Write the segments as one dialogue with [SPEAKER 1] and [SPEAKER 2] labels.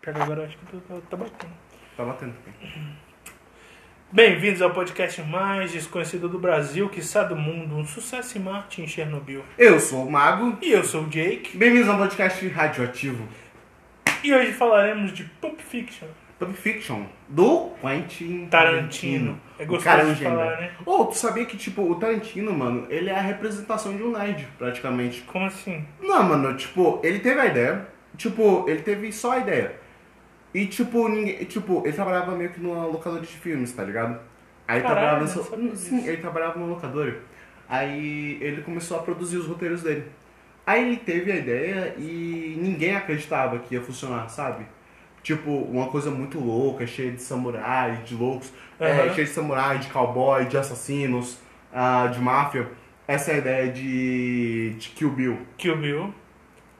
[SPEAKER 1] Pera, agora acho que tá, tá batendo.
[SPEAKER 2] Tá batendo.
[SPEAKER 1] Bem-vindos ao podcast mais desconhecido do Brasil, que quiçá do mundo, um sucesso em Marte e em Chernobyl.
[SPEAKER 2] Eu sou o Mago.
[SPEAKER 1] E eu sou o Jake,
[SPEAKER 2] Bem-vindos ao podcast radioativo
[SPEAKER 1] e hoje falaremos de Pulp Fiction.
[SPEAKER 2] Pulp Fiction do Quentin
[SPEAKER 1] Tarantino. É
[SPEAKER 2] O
[SPEAKER 1] gostoso
[SPEAKER 2] cara é um
[SPEAKER 1] de
[SPEAKER 2] gênio.
[SPEAKER 1] falar, né?
[SPEAKER 2] Ô, tu sabia que, tipo, o Tarantino, mano, ele é a representação de um nerd, praticamente.
[SPEAKER 1] Como assim?
[SPEAKER 2] Não, mano, tipo, ele teve a ideia. Tipo, ele teve só a ideia. E, tipo, ninguém, tipo ele trabalhava meio que numa locadora de filmes, tá ligado?
[SPEAKER 1] Caralho,
[SPEAKER 2] Aí
[SPEAKER 1] né?
[SPEAKER 2] trabalhava.
[SPEAKER 1] não
[SPEAKER 2] só-
[SPEAKER 1] sabia
[SPEAKER 2] Sim,
[SPEAKER 1] disso.
[SPEAKER 2] ele trabalhava numa locadora. Aí ele começou a produzir os roteiros dele. Aí ele teve a ideia e ninguém acreditava que ia funcionar, sabe? Tipo, uma coisa muito louca, cheia de samurai, de loucos, é,
[SPEAKER 1] Aham.
[SPEAKER 2] cheia de samurai, de cowboy, de assassinos, ah, de máfia. Essa é a ideia de, de Kill Bill.
[SPEAKER 1] Kill Bill,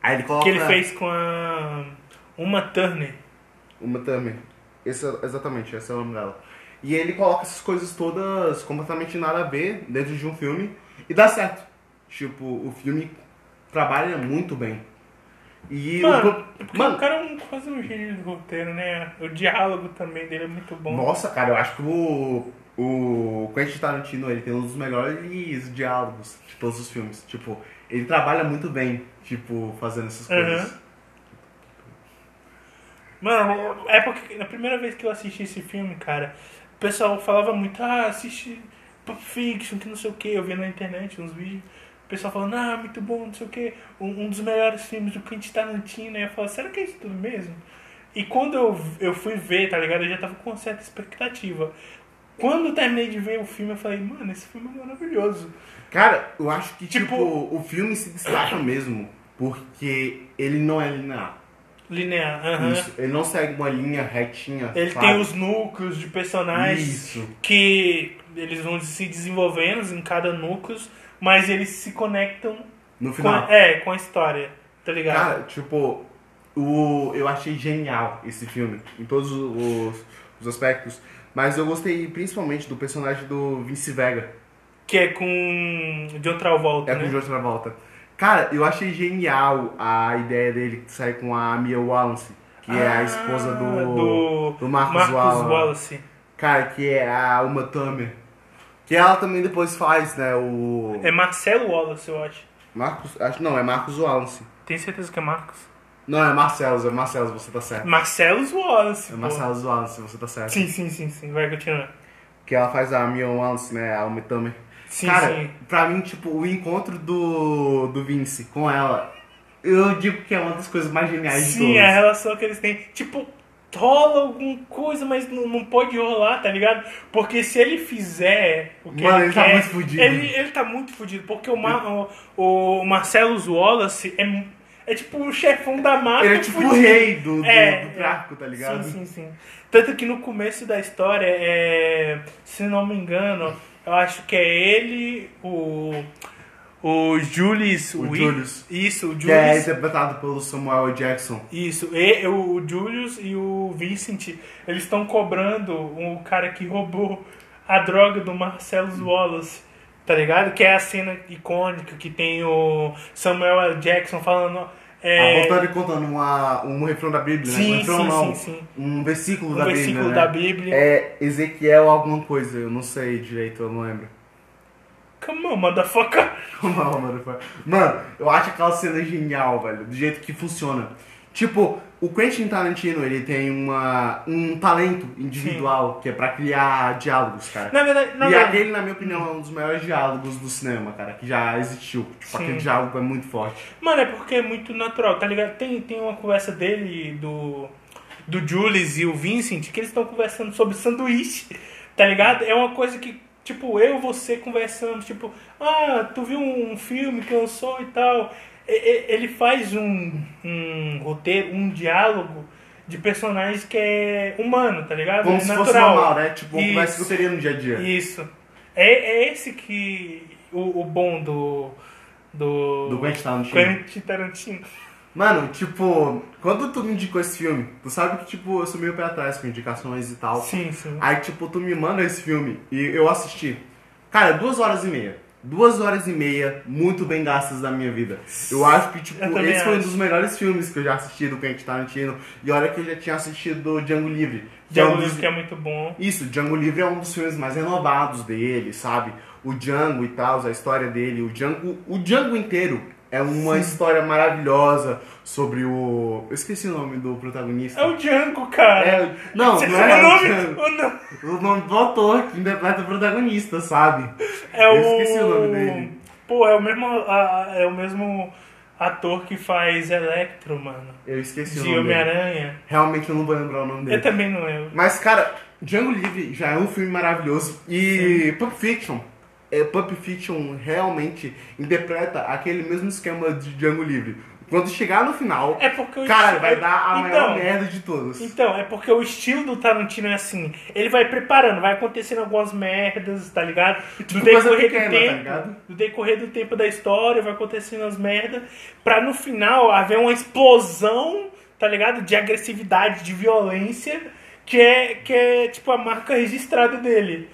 [SPEAKER 2] Aí ele coloca.
[SPEAKER 1] que ele fez com a Uma Turner.
[SPEAKER 2] Uma também. Esse, é- exatamente, esse é o nome dela. E ele coloca essas coisas todas completamente nada a ver dentro de um filme e dá certo. Tipo, o filme trabalha muito bem. E
[SPEAKER 1] Mano, é
[SPEAKER 2] o.
[SPEAKER 1] porque o
[SPEAKER 2] Mano,
[SPEAKER 1] cara é um, quase um gênio do roteiro, né? O diálogo também dele é muito bom.
[SPEAKER 2] nossa, cara, eu acho que o. O Quentin Tarantino, ele tem um dos melhores diálogos de todos os filmes. Tipo, ele trabalha muito bem, tipo, fazendo essas
[SPEAKER 1] Aham.
[SPEAKER 2] coisas.
[SPEAKER 1] Mano, é porque na primeira vez que eu assisti esse filme, cara, o pessoal falava muito, ah, assiste Pulp Fiction, que não sei o que, eu via na internet uns vídeos, o pessoal falando, ah, muito bom, não sei o que, um, um dos melhores filmes do Quentin Tarantino, e eu falava, será que é isso tudo mesmo? E quando eu, eu fui ver, tá ligado, eu já tava com uma certa expectativa. Quando eu terminei de ver o filme, eu falei, mano, esse filme é maravilhoso.
[SPEAKER 2] Cara, eu acho que, tipo,
[SPEAKER 1] Tipo-
[SPEAKER 2] o filme se destaca mesmo porque ele não é linear.
[SPEAKER 1] Linear, aham.
[SPEAKER 2] Isso, ele não segue uma linha retinha.
[SPEAKER 1] Ele
[SPEAKER 2] sabe?
[SPEAKER 1] tem os núcleos de personagens
[SPEAKER 2] Isso.
[SPEAKER 1] que eles vão se desenvolvendo em cada núcleo, mas eles se conectam
[SPEAKER 2] No
[SPEAKER 1] com,
[SPEAKER 2] final.
[SPEAKER 1] é, com a história, tá ligado?
[SPEAKER 2] Cara, tipo, o, eu achei genial esse filme, em todos os, os aspectos. Mas eu gostei principalmente do personagem do Vince Vega,
[SPEAKER 1] Que é com John Travolta,
[SPEAKER 2] é
[SPEAKER 1] né?
[SPEAKER 2] com o John Travolta. Cara, eu achei genial a ideia dele que sai com a Mia Wallace, que é a
[SPEAKER 1] Ah,
[SPEAKER 2] esposa do,
[SPEAKER 1] do,
[SPEAKER 2] do
[SPEAKER 1] Marcos,
[SPEAKER 2] Marcos, Wallace.
[SPEAKER 1] Wallace.
[SPEAKER 2] Cara, que é a Uma Thurman. Que ela também depois faz, né? O.
[SPEAKER 1] É Marcelo Wallace, eu acho.
[SPEAKER 2] Marcos. Acho, não, é Marcos Wallace.
[SPEAKER 1] Tem certeza que é Marcos?
[SPEAKER 2] Não, é Marcelos, é Marcelos, você tá certo.
[SPEAKER 1] Marcelo Wallace.
[SPEAKER 2] É
[SPEAKER 1] pô.
[SPEAKER 2] Marcelos Wallace, você tá certo.
[SPEAKER 1] Sim, sim, sim, sim. Vai continuar.
[SPEAKER 2] Que ela faz a Mion Wallace, né? A Umitame.
[SPEAKER 1] Sim,
[SPEAKER 2] Cara,
[SPEAKER 1] sim.
[SPEAKER 2] pra mim, tipo, o encontro do, do Vince com ela, eu digo que é uma das coisas mais geniais de
[SPEAKER 1] Sim, é,
[SPEAKER 2] todas.
[SPEAKER 1] a relação que eles têm. Tipo, rola alguma coisa, mas não, não pode rolar, tá ligado? Porque se ele fizer o que
[SPEAKER 2] Mano,
[SPEAKER 1] ele,
[SPEAKER 2] ele tá
[SPEAKER 1] quer,
[SPEAKER 2] muito fudido.
[SPEAKER 1] Ele, ele tá muito fudido, porque o, Mar, o, o Marcelo Wallace é, mu- é tipo o chefão da máfia.
[SPEAKER 2] Ele é tipo o
[SPEAKER 1] fudido.
[SPEAKER 2] rei do, do,
[SPEAKER 1] É,
[SPEAKER 2] do Draco, tá ligado?
[SPEAKER 1] Sim, sim, sim. Tanto que no começo da história, é, se não me engano, eu acho que é ele, o. O Julius.
[SPEAKER 2] O
[SPEAKER 1] Wi-
[SPEAKER 2] Julius.
[SPEAKER 1] Isso, o
[SPEAKER 2] Que é
[SPEAKER 1] Julius.
[SPEAKER 2] interpretado pelo Samuel L. Jackson.
[SPEAKER 1] Isso, e, o Julius e o Vincent, eles estão cobrando o cara que roubou a droga do Marcelo Wallace, tá ligado? Que é a cena icônica que tem o Samuel L. Jackson falando.
[SPEAKER 2] A
[SPEAKER 1] É,
[SPEAKER 2] voltando e contando uma, um refrão da Bíblia, né? Um
[SPEAKER 1] sim,
[SPEAKER 2] refrão
[SPEAKER 1] sim, sim,
[SPEAKER 2] não.
[SPEAKER 1] sim.
[SPEAKER 2] Um versículo
[SPEAKER 1] O
[SPEAKER 2] da
[SPEAKER 1] versículo
[SPEAKER 2] Bíblia.
[SPEAKER 1] da
[SPEAKER 2] né?
[SPEAKER 1] Bíblia.
[SPEAKER 2] É Ezequiel alguma coisa, eu não sei direito, eu não lembro.
[SPEAKER 1] Come on, motherfucker.
[SPEAKER 2] Não, mano, foi- mano, eu acho aquela cena genial, velho, do jeito que funciona. Tipo, o Quentin Tarantino, ele tem uma, um talento individual, que é pra criar diálogos, cara.
[SPEAKER 1] Na verdade, na
[SPEAKER 2] e
[SPEAKER 1] verdade.
[SPEAKER 2] aquele, na minha opinião, é um dos maiores diálogos do cinema, cara, que já existiu. Tipo,
[SPEAKER 1] Sim.
[SPEAKER 2] aquele diálogo é muito forte.
[SPEAKER 1] Mano, é porque é muito natural, tá ligado? Tem, tem uma conversa dele, e do, do Julius e o Vincent, que eles estão conversando sobre sanduíche, tá ligado? É uma coisa que, tipo, eu e você conversamos, tipo, ah, tu viu um filme que lançou e tal. E- e- Ele faz um, um roteiro, um diálogo de personagens que é humano, tá ligado?
[SPEAKER 2] Como
[SPEAKER 1] É
[SPEAKER 2] se
[SPEAKER 1] natural.
[SPEAKER 2] fosse normal, né? Tipo, uma
[SPEAKER 1] Isso.
[SPEAKER 2] conversa que eu teria no dia a dia.
[SPEAKER 1] Isso. É, é esse que. O, o bom do. Do.
[SPEAKER 2] Do Quentin Tarantino.
[SPEAKER 1] Quentin Tarantino.
[SPEAKER 2] Mano, tipo, quando tu me indicou esse filme, tu sabe que, tipo, eu sou meio pra trás com indicações e tal.
[SPEAKER 1] Sim, sim.
[SPEAKER 2] Aí, tipo, tu me manda esse filme e eu assisti. Cara, duas horas e meia. duas horas e meia muito bem gastas da minha vida. Eu acho que, tipo,
[SPEAKER 1] Eu também
[SPEAKER 2] esse foi um
[SPEAKER 1] acho.
[SPEAKER 2] dos melhores filmes que eu já assisti do Quentin Tarantino. E olha que eu já tinha assistido Django Livre. que é um
[SPEAKER 1] Django
[SPEAKER 2] dos-
[SPEAKER 1] Livre que é muito bom.
[SPEAKER 2] Isso, Django Livre é um dos filmes mais renovados dele, sabe? O Django e tal, a história dele, o Django, o Django inteiro é uma história maravilhosa sobre o, eu esqueci o nome do protagonista.
[SPEAKER 1] É o Django, cara.
[SPEAKER 2] É, não,
[SPEAKER 1] Você
[SPEAKER 2] não
[SPEAKER 1] sabe
[SPEAKER 2] é
[SPEAKER 1] o nome?
[SPEAKER 2] Django.
[SPEAKER 1] O nome-
[SPEAKER 2] O nome do autor que interpreta o protagonista, sabe?
[SPEAKER 1] É
[SPEAKER 2] Eu
[SPEAKER 1] o.
[SPEAKER 2] esqueci o nome dele.
[SPEAKER 1] Pô, é o mesmo, a- a- é o mesmo ator que faz Electro, mano.
[SPEAKER 2] Eu esqueci o
[SPEAKER 1] De
[SPEAKER 2] nome dele.
[SPEAKER 1] Homem-Aranha. É
[SPEAKER 2] Realmente eu não vou lembrar o nome
[SPEAKER 1] Eu
[SPEAKER 2] dele.
[SPEAKER 1] também não lembro.
[SPEAKER 2] Mas, cara, Django Livre já é um filme maravilhoso. E Pulp Fiction. É, Pulp Fiction realmente interpreta aquele mesmo esquema de Django Livre. Quando chegar no final,
[SPEAKER 1] É porque o
[SPEAKER 2] cara,
[SPEAKER 1] esti-
[SPEAKER 2] vai dar a maior
[SPEAKER 1] então,
[SPEAKER 2] merda de todas.
[SPEAKER 1] Então, é porque o estilo do Tarantino é assim. Ele vai preparando, vai acontecendo algumas merdas, tá ligado? Do
[SPEAKER 2] Tipo, coisa
[SPEAKER 1] decorrer
[SPEAKER 2] pequena,
[SPEAKER 1] do
[SPEAKER 2] tá
[SPEAKER 1] tempo.
[SPEAKER 2] ligado?
[SPEAKER 1] do decorrer do tempo da história, vai acontecendo as merdas. Pra no final haver uma explosão, tá ligado? De agressividade, de violência. Que é, que é tipo a marca registrada dele.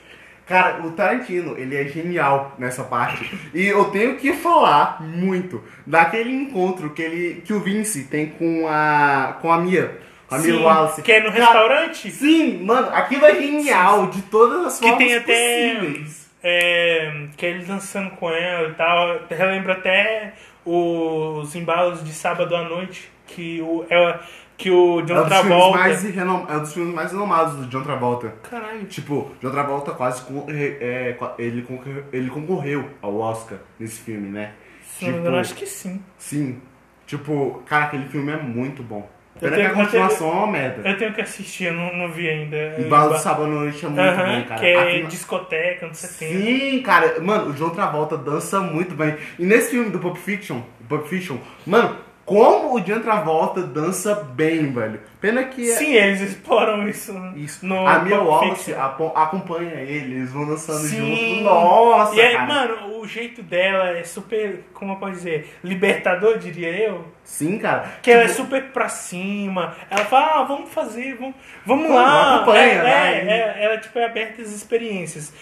[SPEAKER 2] Cara, o Tarantino, ele é genial nessa parte. E eu tenho que falar muito daquele encontro que, ele, que o Vince tem com a, com a Mia. A Mia
[SPEAKER 1] Sim,
[SPEAKER 2] Wallace.
[SPEAKER 1] Que é no
[SPEAKER 2] Cara,
[SPEAKER 1] restaurante.
[SPEAKER 2] Sim, mano, aquilo é genial de todas as
[SPEAKER 1] Que
[SPEAKER 2] formas
[SPEAKER 1] tem até.
[SPEAKER 2] possíveis.
[SPEAKER 1] é, que ele dançando com ela e tal. Relembra até os embalos de sábado à noite. Que o, ela, que o
[SPEAKER 2] É um
[SPEAKER 1] John
[SPEAKER 2] dos, filmes
[SPEAKER 1] Travolta.
[SPEAKER 2] mais renom... é um dos filmes mais renomados do John Travolta.
[SPEAKER 1] Caralho.
[SPEAKER 2] Tipo, John Travolta quase con- é, é, qua- ele, concorre- ele concorreu ao Oscar nesse filme, né?
[SPEAKER 1] se não me
[SPEAKER 2] Tipo-
[SPEAKER 1] engano, acho que sim.
[SPEAKER 2] Sim. Tipo, cara, aquele filme é muito bom.
[SPEAKER 1] Eu
[SPEAKER 2] Pena que
[SPEAKER 1] tenho-
[SPEAKER 2] a
[SPEAKER 1] eu tenho-
[SPEAKER 2] continuação é uma merda.
[SPEAKER 1] Eu tenho que assistir, eu não, não vi ainda.
[SPEAKER 2] O Balo do Sábado à Noite é muito
[SPEAKER 1] Aham,
[SPEAKER 2] bom, cara.
[SPEAKER 1] que é
[SPEAKER 2] Aquilo-
[SPEAKER 1] discoteca, não sei o
[SPEAKER 2] Sim, cara, mano, o John Travolta dança muito bem. E nesse filme do Pulp Fiction, Pulp Fiction, mano, como o John Travolta dança bem, velho. Pena que é-
[SPEAKER 1] Sim, eles exploram isso.
[SPEAKER 2] Isso.
[SPEAKER 1] No
[SPEAKER 2] a Mia
[SPEAKER 1] Pulp
[SPEAKER 2] Wallace
[SPEAKER 1] Fiction.
[SPEAKER 2] apo- acompanha ele, eles vão dançando
[SPEAKER 1] Sim.
[SPEAKER 2] junto. Nossa,
[SPEAKER 1] E aí,
[SPEAKER 2] cara.
[SPEAKER 1] mano, o jeito dela é super, como eu posso dizer, libertador, diria eu.
[SPEAKER 2] Sim, cara.
[SPEAKER 1] Que ela é
[SPEAKER 2] Tipo,
[SPEAKER 1] super pra cima. Ela fala, ah, vamos fazer, vamos, vamos
[SPEAKER 2] Vamos,
[SPEAKER 1] lá.
[SPEAKER 2] acompanha, né?
[SPEAKER 1] é,
[SPEAKER 2] vai.
[SPEAKER 1] é, é, ela tipo, é aberta às experiências.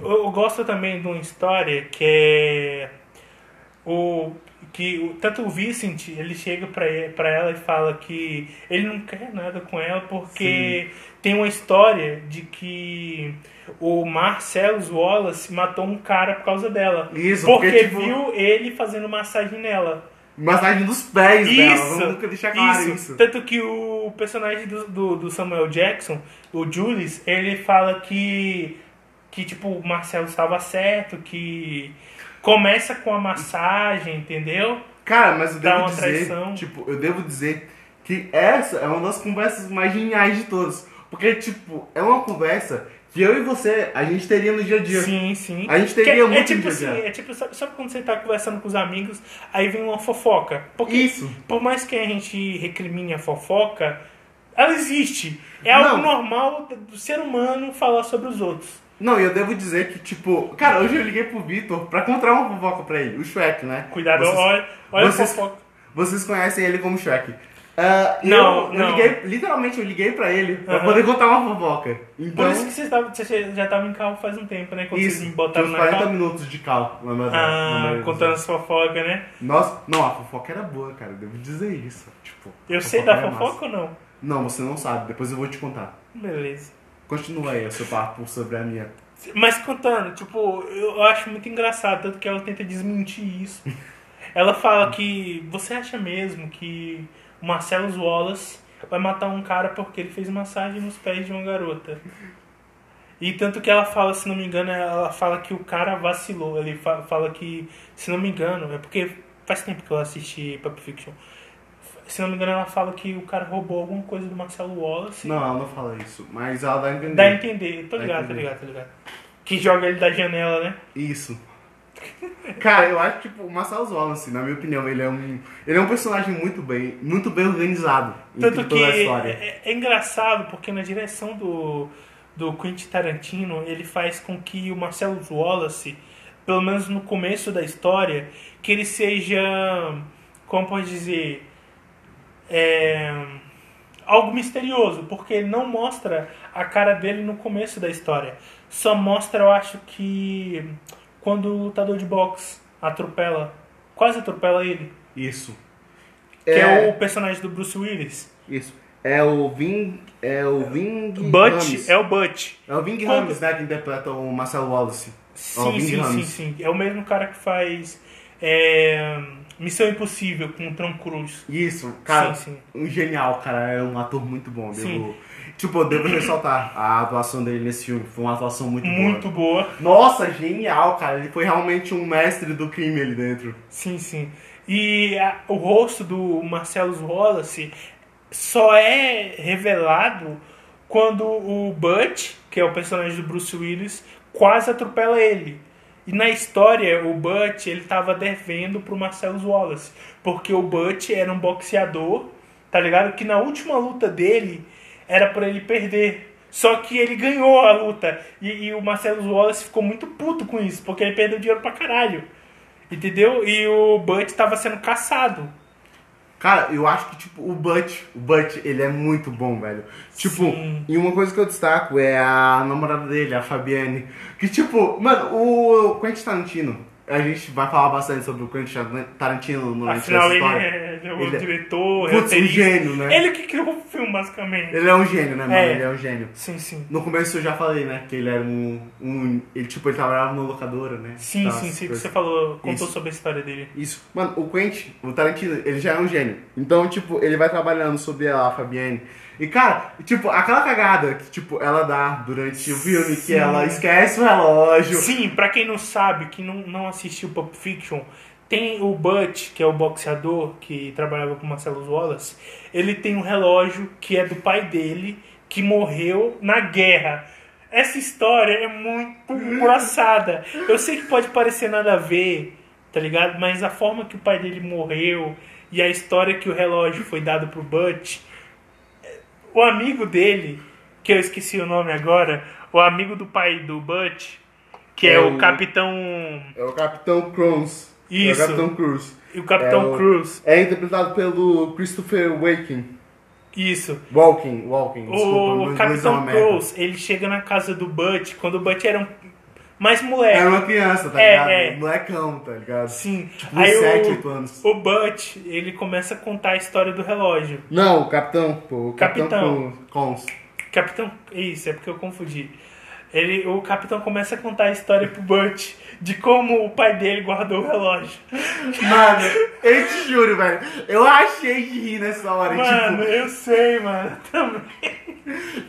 [SPEAKER 1] Eu, eu gosto também de uma história que é o que o- tanto o Vicent ele chega pra, e- pra ela e fala que ele não quer nada com ela porque tem uma história de que o Marcellus Wallace matou um cara por causa dela.
[SPEAKER 2] Isso,
[SPEAKER 1] porque
[SPEAKER 2] porque, tipo-
[SPEAKER 1] viu ele fazendo massagem nela.
[SPEAKER 2] massagem dos pés dela.
[SPEAKER 1] Isso,
[SPEAKER 2] Vamos nunca deixar claro isso.
[SPEAKER 1] Tanto que o personagem do, do, do Samuel Jackson, o Julius, ele fala que, que tipo, o Marcelo estava certo, que começa com a massagem, entendeu?
[SPEAKER 2] Cara, mas eu
[SPEAKER 1] Dá
[SPEAKER 2] devo
[SPEAKER 1] uma
[SPEAKER 2] dizer,
[SPEAKER 1] traição.
[SPEAKER 2] tipo, eu devo dizer que essa é uma das conversas mais geniais de todas. Porque, tipo, é uma conversa que eu e você, a gente teria no dia a dia.
[SPEAKER 1] Sim, sim.
[SPEAKER 2] A gente
[SPEAKER 1] Que
[SPEAKER 2] teria
[SPEAKER 1] é,
[SPEAKER 2] muito
[SPEAKER 1] é tipo
[SPEAKER 2] no
[SPEAKER 1] assim,
[SPEAKER 2] dia a dia.
[SPEAKER 1] é tipo, sabe, sabe quando você tá conversando com os amigos, aí vem uma fofoca. Porque
[SPEAKER 2] Isso.
[SPEAKER 1] por mais que a gente recrimine a fofoca, ela existe. É algo
[SPEAKER 2] Não.
[SPEAKER 1] normal do ser humano falar sobre os outros.
[SPEAKER 2] Não, e eu devo dizer que, tipo, cara, hoje eu liguei pro Vitor pra comprar uma fofoca pra ele, o Shrek, né?
[SPEAKER 1] Cuidado,
[SPEAKER 2] Vocês-
[SPEAKER 1] olha, olha
[SPEAKER 2] vocês-
[SPEAKER 1] a fofoca.
[SPEAKER 2] Vocês conhecem ele como Shrek. Ah, eu-
[SPEAKER 1] Não,
[SPEAKER 2] eu,
[SPEAKER 1] não.
[SPEAKER 2] liguei, literalmente eu liguei pra ele pra
[SPEAKER 1] Aham.
[SPEAKER 2] poder contar uma fofoca.
[SPEAKER 1] Por
[SPEAKER 2] Então,
[SPEAKER 1] isso que vocês tavam- vocês já estavam em carro faz um tempo, né? Quando vocês
[SPEAKER 2] isso,
[SPEAKER 1] me
[SPEAKER 2] tinha
[SPEAKER 1] botaram
[SPEAKER 2] uns
[SPEAKER 1] na
[SPEAKER 2] 40
[SPEAKER 1] carro.
[SPEAKER 2] minutos de cal. na maioria- na
[SPEAKER 1] Ah,
[SPEAKER 2] maioria das
[SPEAKER 1] contando
[SPEAKER 2] vezes.
[SPEAKER 1] as fofocas, né?
[SPEAKER 2] Nossa, não, a fofoca era boa, cara, eu devo dizer isso. Tipo, a
[SPEAKER 1] Eu sei da
[SPEAKER 2] era massa.
[SPEAKER 1] fofoca ou não?
[SPEAKER 2] Não, você não sabe, depois eu vou te contar.
[SPEAKER 1] Beleza.
[SPEAKER 2] Continua aí o seu papo sobre a minha.
[SPEAKER 1] Mas contando, tipo, eu acho muito engraçado, tanto que ela tenta desmentir isso. Ela fala que você acha mesmo que o Marcelo Wallace vai matar um cara porque ele fez massagem nos pés de uma garota. E tanto que ela fala, se não me engano, ela fala que o cara vacilou. Ele fa- fala que, se não me engano, é porque faz tempo que eu assisti Pulp Fiction. Se não me engano, ela fala que o cara roubou alguma coisa do Marcelo Wallace.
[SPEAKER 2] Não, ela não fala isso, mas ela dá a entender.
[SPEAKER 1] Dá a entender. Tô
[SPEAKER 2] Dá a
[SPEAKER 1] ligado, tô
[SPEAKER 2] entender.
[SPEAKER 1] ligado, tô ligado. Que joga ele da janela, né?
[SPEAKER 2] Isso. Cara, eu acho tipo o Marcel Wallace, na minha opinião, ele é um. Ele é um personagem muito bem, muito bem organizado em
[SPEAKER 1] Tanto que
[SPEAKER 2] toda a
[SPEAKER 1] é,
[SPEAKER 2] história.
[SPEAKER 1] é engraçado porque na direção do, do Quentin Tarantino ele faz com que o Marcelo Wallace, pelo menos no começo da história, que ele seja, como pode dizer, é, algo misterioso, porque ele não mostra a cara dele no começo da história. Só mostra, eu acho que quando o lutador de boxe atropela, quase atropela ele.
[SPEAKER 2] Isso.
[SPEAKER 1] Que é, o personagem do Bruce Willis.
[SPEAKER 2] Isso. É o Ving. É o Ving. Rames.
[SPEAKER 1] Butch é o Butch.
[SPEAKER 2] É o Ving
[SPEAKER 1] Quando-
[SPEAKER 2] Rames, né? Que interpreta o Marcel Wallace.
[SPEAKER 1] Sim,
[SPEAKER 2] Ó, Ving
[SPEAKER 1] sim, sim,
[SPEAKER 2] Rhames.
[SPEAKER 1] sim. É o mesmo cara que faz é, Missão Impossível com o Tom Cruise.
[SPEAKER 2] Isso, cara.
[SPEAKER 1] Sim, sim.
[SPEAKER 2] Um genial, cara. É um ator muito bom. Devo,
[SPEAKER 1] Sim.
[SPEAKER 2] Tipo, eu devo ressaltar a atuação dele nesse filme. Foi uma atuação muito,
[SPEAKER 1] Muito
[SPEAKER 2] boa.
[SPEAKER 1] boa.
[SPEAKER 2] Nossa, genial, cara. Ele foi realmente um mestre do crime ali dentro.
[SPEAKER 1] Sim, sim. E a- o rosto do Marcelo Wallace só é revelado quando o Butch, que é o personagem do Bruce Willis, quase atropela ele. E na história, o Butch ele tava devendo pro Marcelo Wallace, porque o Butch era um boxeador, tá ligado? Que na última luta dele era pra ele perder. Só que ele ganhou a luta. E, e o Marcelo Wallace ficou muito puto com isso, porque ele perdeu dinheiro pra caralho. Entendeu? E o Butch tava sendo caçado.
[SPEAKER 2] Cara, eu acho que, tipo, o Butch, o Butch, ele é muito bom, velho. Tipo,
[SPEAKER 1] Sim.
[SPEAKER 2] e uma coisa que eu destaco é a namorada dele, a Fabiane. Que, tipo, mano, o Quentin Tarantino, a gente vai falar bastante sobre o Quentin Tarantino durante
[SPEAKER 1] Afinal,
[SPEAKER 2] essa
[SPEAKER 1] ele
[SPEAKER 2] história.
[SPEAKER 1] é, ele é o
[SPEAKER 2] Ele é-
[SPEAKER 1] diretor,
[SPEAKER 2] Putz, um
[SPEAKER 1] roteirista.
[SPEAKER 2] gênio, né?
[SPEAKER 1] Ele que criou o filme, basicamente.
[SPEAKER 2] Ele é um gênio, né, mano?
[SPEAKER 1] É.
[SPEAKER 2] Ele é um gênio.
[SPEAKER 1] Sim, sim.
[SPEAKER 2] No começo eu já falei, né, que ele era um... um ele, tipo, ele trabalhava numa locadora, né?
[SPEAKER 1] Sim,
[SPEAKER 2] Tal,
[SPEAKER 1] sim,
[SPEAKER 2] essas
[SPEAKER 1] sim. que
[SPEAKER 2] coisas.
[SPEAKER 1] Você falou, contou
[SPEAKER 2] Isso.
[SPEAKER 1] sobre a história dele.
[SPEAKER 2] Isso. Mano, o Quentin, o Tarantino, ele já é um gênio. Então, tipo, ele vai trabalhando sobre a Fabienne. E, cara, tipo, aquela cagada que, tipo, ela dá durante o filme, que
[SPEAKER 1] Sim.
[SPEAKER 2] ela esquece o relógio.
[SPEAKER 1] Sim, pra quem não sabe, que não, não assistiu Pulp Fiction, tem o Butch, que é o boxeador que trabalhava com o Marcelo Wallace, ele tem um relógio que é do pai dele, que morreu na guerra. Essa história é muito engraçada. Eu sei que pode parecer nada a ver, tá ligado? Mas a forma que o pai dele morreu e a história que o relógio foi dado pro Butch o amigo dele, que eu esqueci o nome agora, o amigo do pai do Butch, que é,
[SPEAKER 2] É
[SPEAKER 1] o
[SPEAKER 2] o-
[SPEAKER 1] Capitão.
[SPEAKER 2] É o Capitão Cruz.
[SPEAKER 1] Isso.
[SPEAKER 2] É o Capitão Cruz.
[SPEAKER 1] E o Capitão
[SPEAKER 2] É o-
[SPEAKER 1] Cruz.
[SPEAKER 2] É interpretado pelo Christopher Waking.
[SPEAKER 1] Isso.
[SPEAKER 2] Walking, Walking, desculpa. meu
[SPEAKER 1] o
[SPEAKER 2] inglês é
[SPEAKER 1] Capitão
[SPEAKER 2] uma merda.
[SPEAKER 1] Cruz, ele chega na casa do Butch, quando o Butch era um... mais moleque.
[SPEAKER 2] Era uma criança, tá
[SPEAKER 1] É,
[SPEAKER 2] ligado?
[SPEAKER 1] é.
[SPEAKER 2] Molecão, tá ligado?
[SPEAKER 1] Assim.
[SPEAKER 2] Tipo, uns
[SPEAKER 1] Aí
[SPEAKER 2] 7,
[SPEAKER 1] o,
[SPEAKER 2] 8 anos.
[SPEAKER 1] o Butch, ele começa a contar a história do relógio.
[SPEAKER 2] Não, o Capitão, pô. O
[SPEAKER 1] Capitão.
[SPEAKER 2] Capitão, Cruz.
[SPEAKER 1] Capitão. Isso, é porque eu confundi. Ele, o capitão começa a contar a história pro Butch de como o pai dele guardou o relógio.
[SPEAKER 2] Mano, eu te juro, velho. Eu achei de rir nessa hora.
[SPEAKER 1] Mano, eu sei, mano. Também.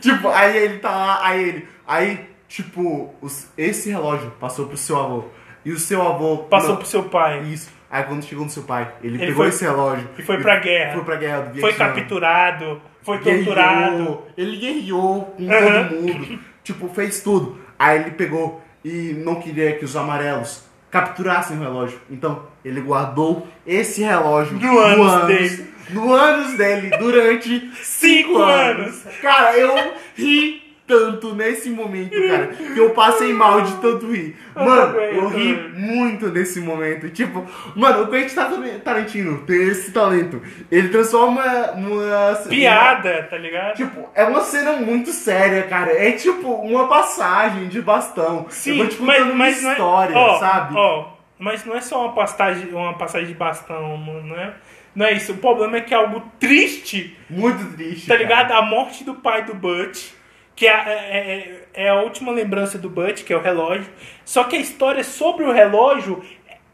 [SPEAKER 2] Tipo, tipo, aí ele tá lá, aí ele. Aí, tipo, os- esse relógio passou pro seu avô. E o seu avô.
[SPEAKER 1] Passou
[SPEAKER 2] não,
[SPEAKER 1] pro seu pai.
[SPEAKER 2] Isso. Aí quando chegou no seu pai, ele,
[SPEAKER 1] Ele
[SPEAKER 2] pegou
[SPEAKER 1] foi-
[SPEAKER 2] esse relógio.
[SPEAKER 1] e foi pra guerra.
[SPEAKER 2] Foi pra guerra do
[SPEAKER 1] Foi
[SPEAKER 2] Vietnã.
[SPEAKER 1] capturado, foi
[SPEAKER 2] Guerreou,
[SPEAKER 1] torturado.
[SPEAKER 2] Ele guerreou com
[SPEAKER 1] Aham.
[SPEAKER 2] todo mundo. Tipo, fez tudo. Aí ele pegou e não queria que os amarelos capturassem o relógio. Então, ele guardou esse relógio
[SPEAKER 1] No ânus dele.
[SPEAKER 2] no ânus dele durante cinco anos. Cara, eu ri tanto nesse momento, cara, que eu passei mal de tanto rir.
[SPEAKER 1] Eu
[SPEAKER 2] Mano,
[SPEAKER 1] também,
[SPEAKER 2] eu
[SPEAKER 1] eu
[SPEAKER 2] ri
[SPEAKER 1] também.
[SPEAKER 2] muito nesse momento. Tipo, mano, o Quentin Tarantino tem esse talento. Ele transforma uma...
[SPEAKER 1] Piada, tá ligado?
[SPEAKER 2] Tipo, é uma cena muito séria, cara. É tipo uma passagem de bastão. eu vou te contando uma
[SPEAKER 1] não é-
[SPEAKER 2] história,
[SPEAKER 1] ó,
[SPEAKER 2] sabe?
[SPEAKER 1] ó, mas não é só uma passagem, uma passagem de bastão, mano, não é? Não é isso. O problema é que é algo triste,
[SPEAKER 2] muito triste.
[SPEAKER 1] tá
[SPEAKER 2] cara.
[SPEAKER 1] ligado? A morte do pai do Butch, que é, é- é- é a última lembrança do Butch, que é o relógio. Só que a história sobre o relógio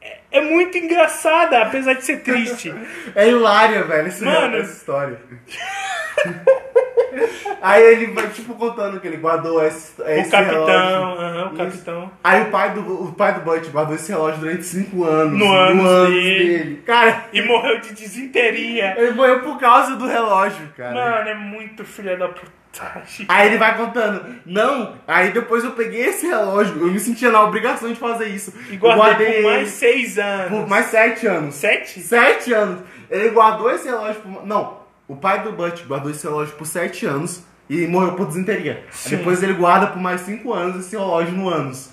[SPEAKER 1] é, é muito engraçada, apesar de ser triste.
[SPEAKER 2] É hilária, velho, esse-
[SPEAKER 1] Mano.
[SPEAKER 2] essa história. Aí ele vai, tipo, contando que ele guardou esse,
[SPEAKER 1] o
[SPEAKER 2] É esse relógio.
[SPEAKER 1] capitão, aham, o
[SPEAKER 2] Isso.
[SPEAKER 1] capitão.
[SPEAKER 2] Aí o pai do, o pai do Butch guardou esse relógio durante 5 anos. Um
[SPEAKER 1] No ânus dele.
[SPEAKER 2] Cara,
[SPEAKER 1] E morreu de desinteria.
[SPEAKER 2] ele morreu por causa do relógio, cara.
[SPEAKER 1] Mano, é muito filha da putagem.
[SPEAKER 2] Aí ele vai contando, não, aí depois eu peguei esse relógio, eu me sentia na obrigação de fazer isso.
[SPEAKER 1] E
[SPEAKER 2] Eu
[SPEAKER 1] guardei por
[SPEAKER 2] ele
[SPEAKER 1] mais seis anos.
[SPEAKER 2] por mais sete anos.
[SPEAKER 1] Sete?
[SPEAKER 2] Sete anos. Ele guardou esse relógio por... Não, o pai do Butch guardou esse relógio por sete anos e morreu por desinteria.
[SPEAKER 1] Sim.
[SPEAKER 2] Depois ele guarda por mais cinco anos esse relógio no anos.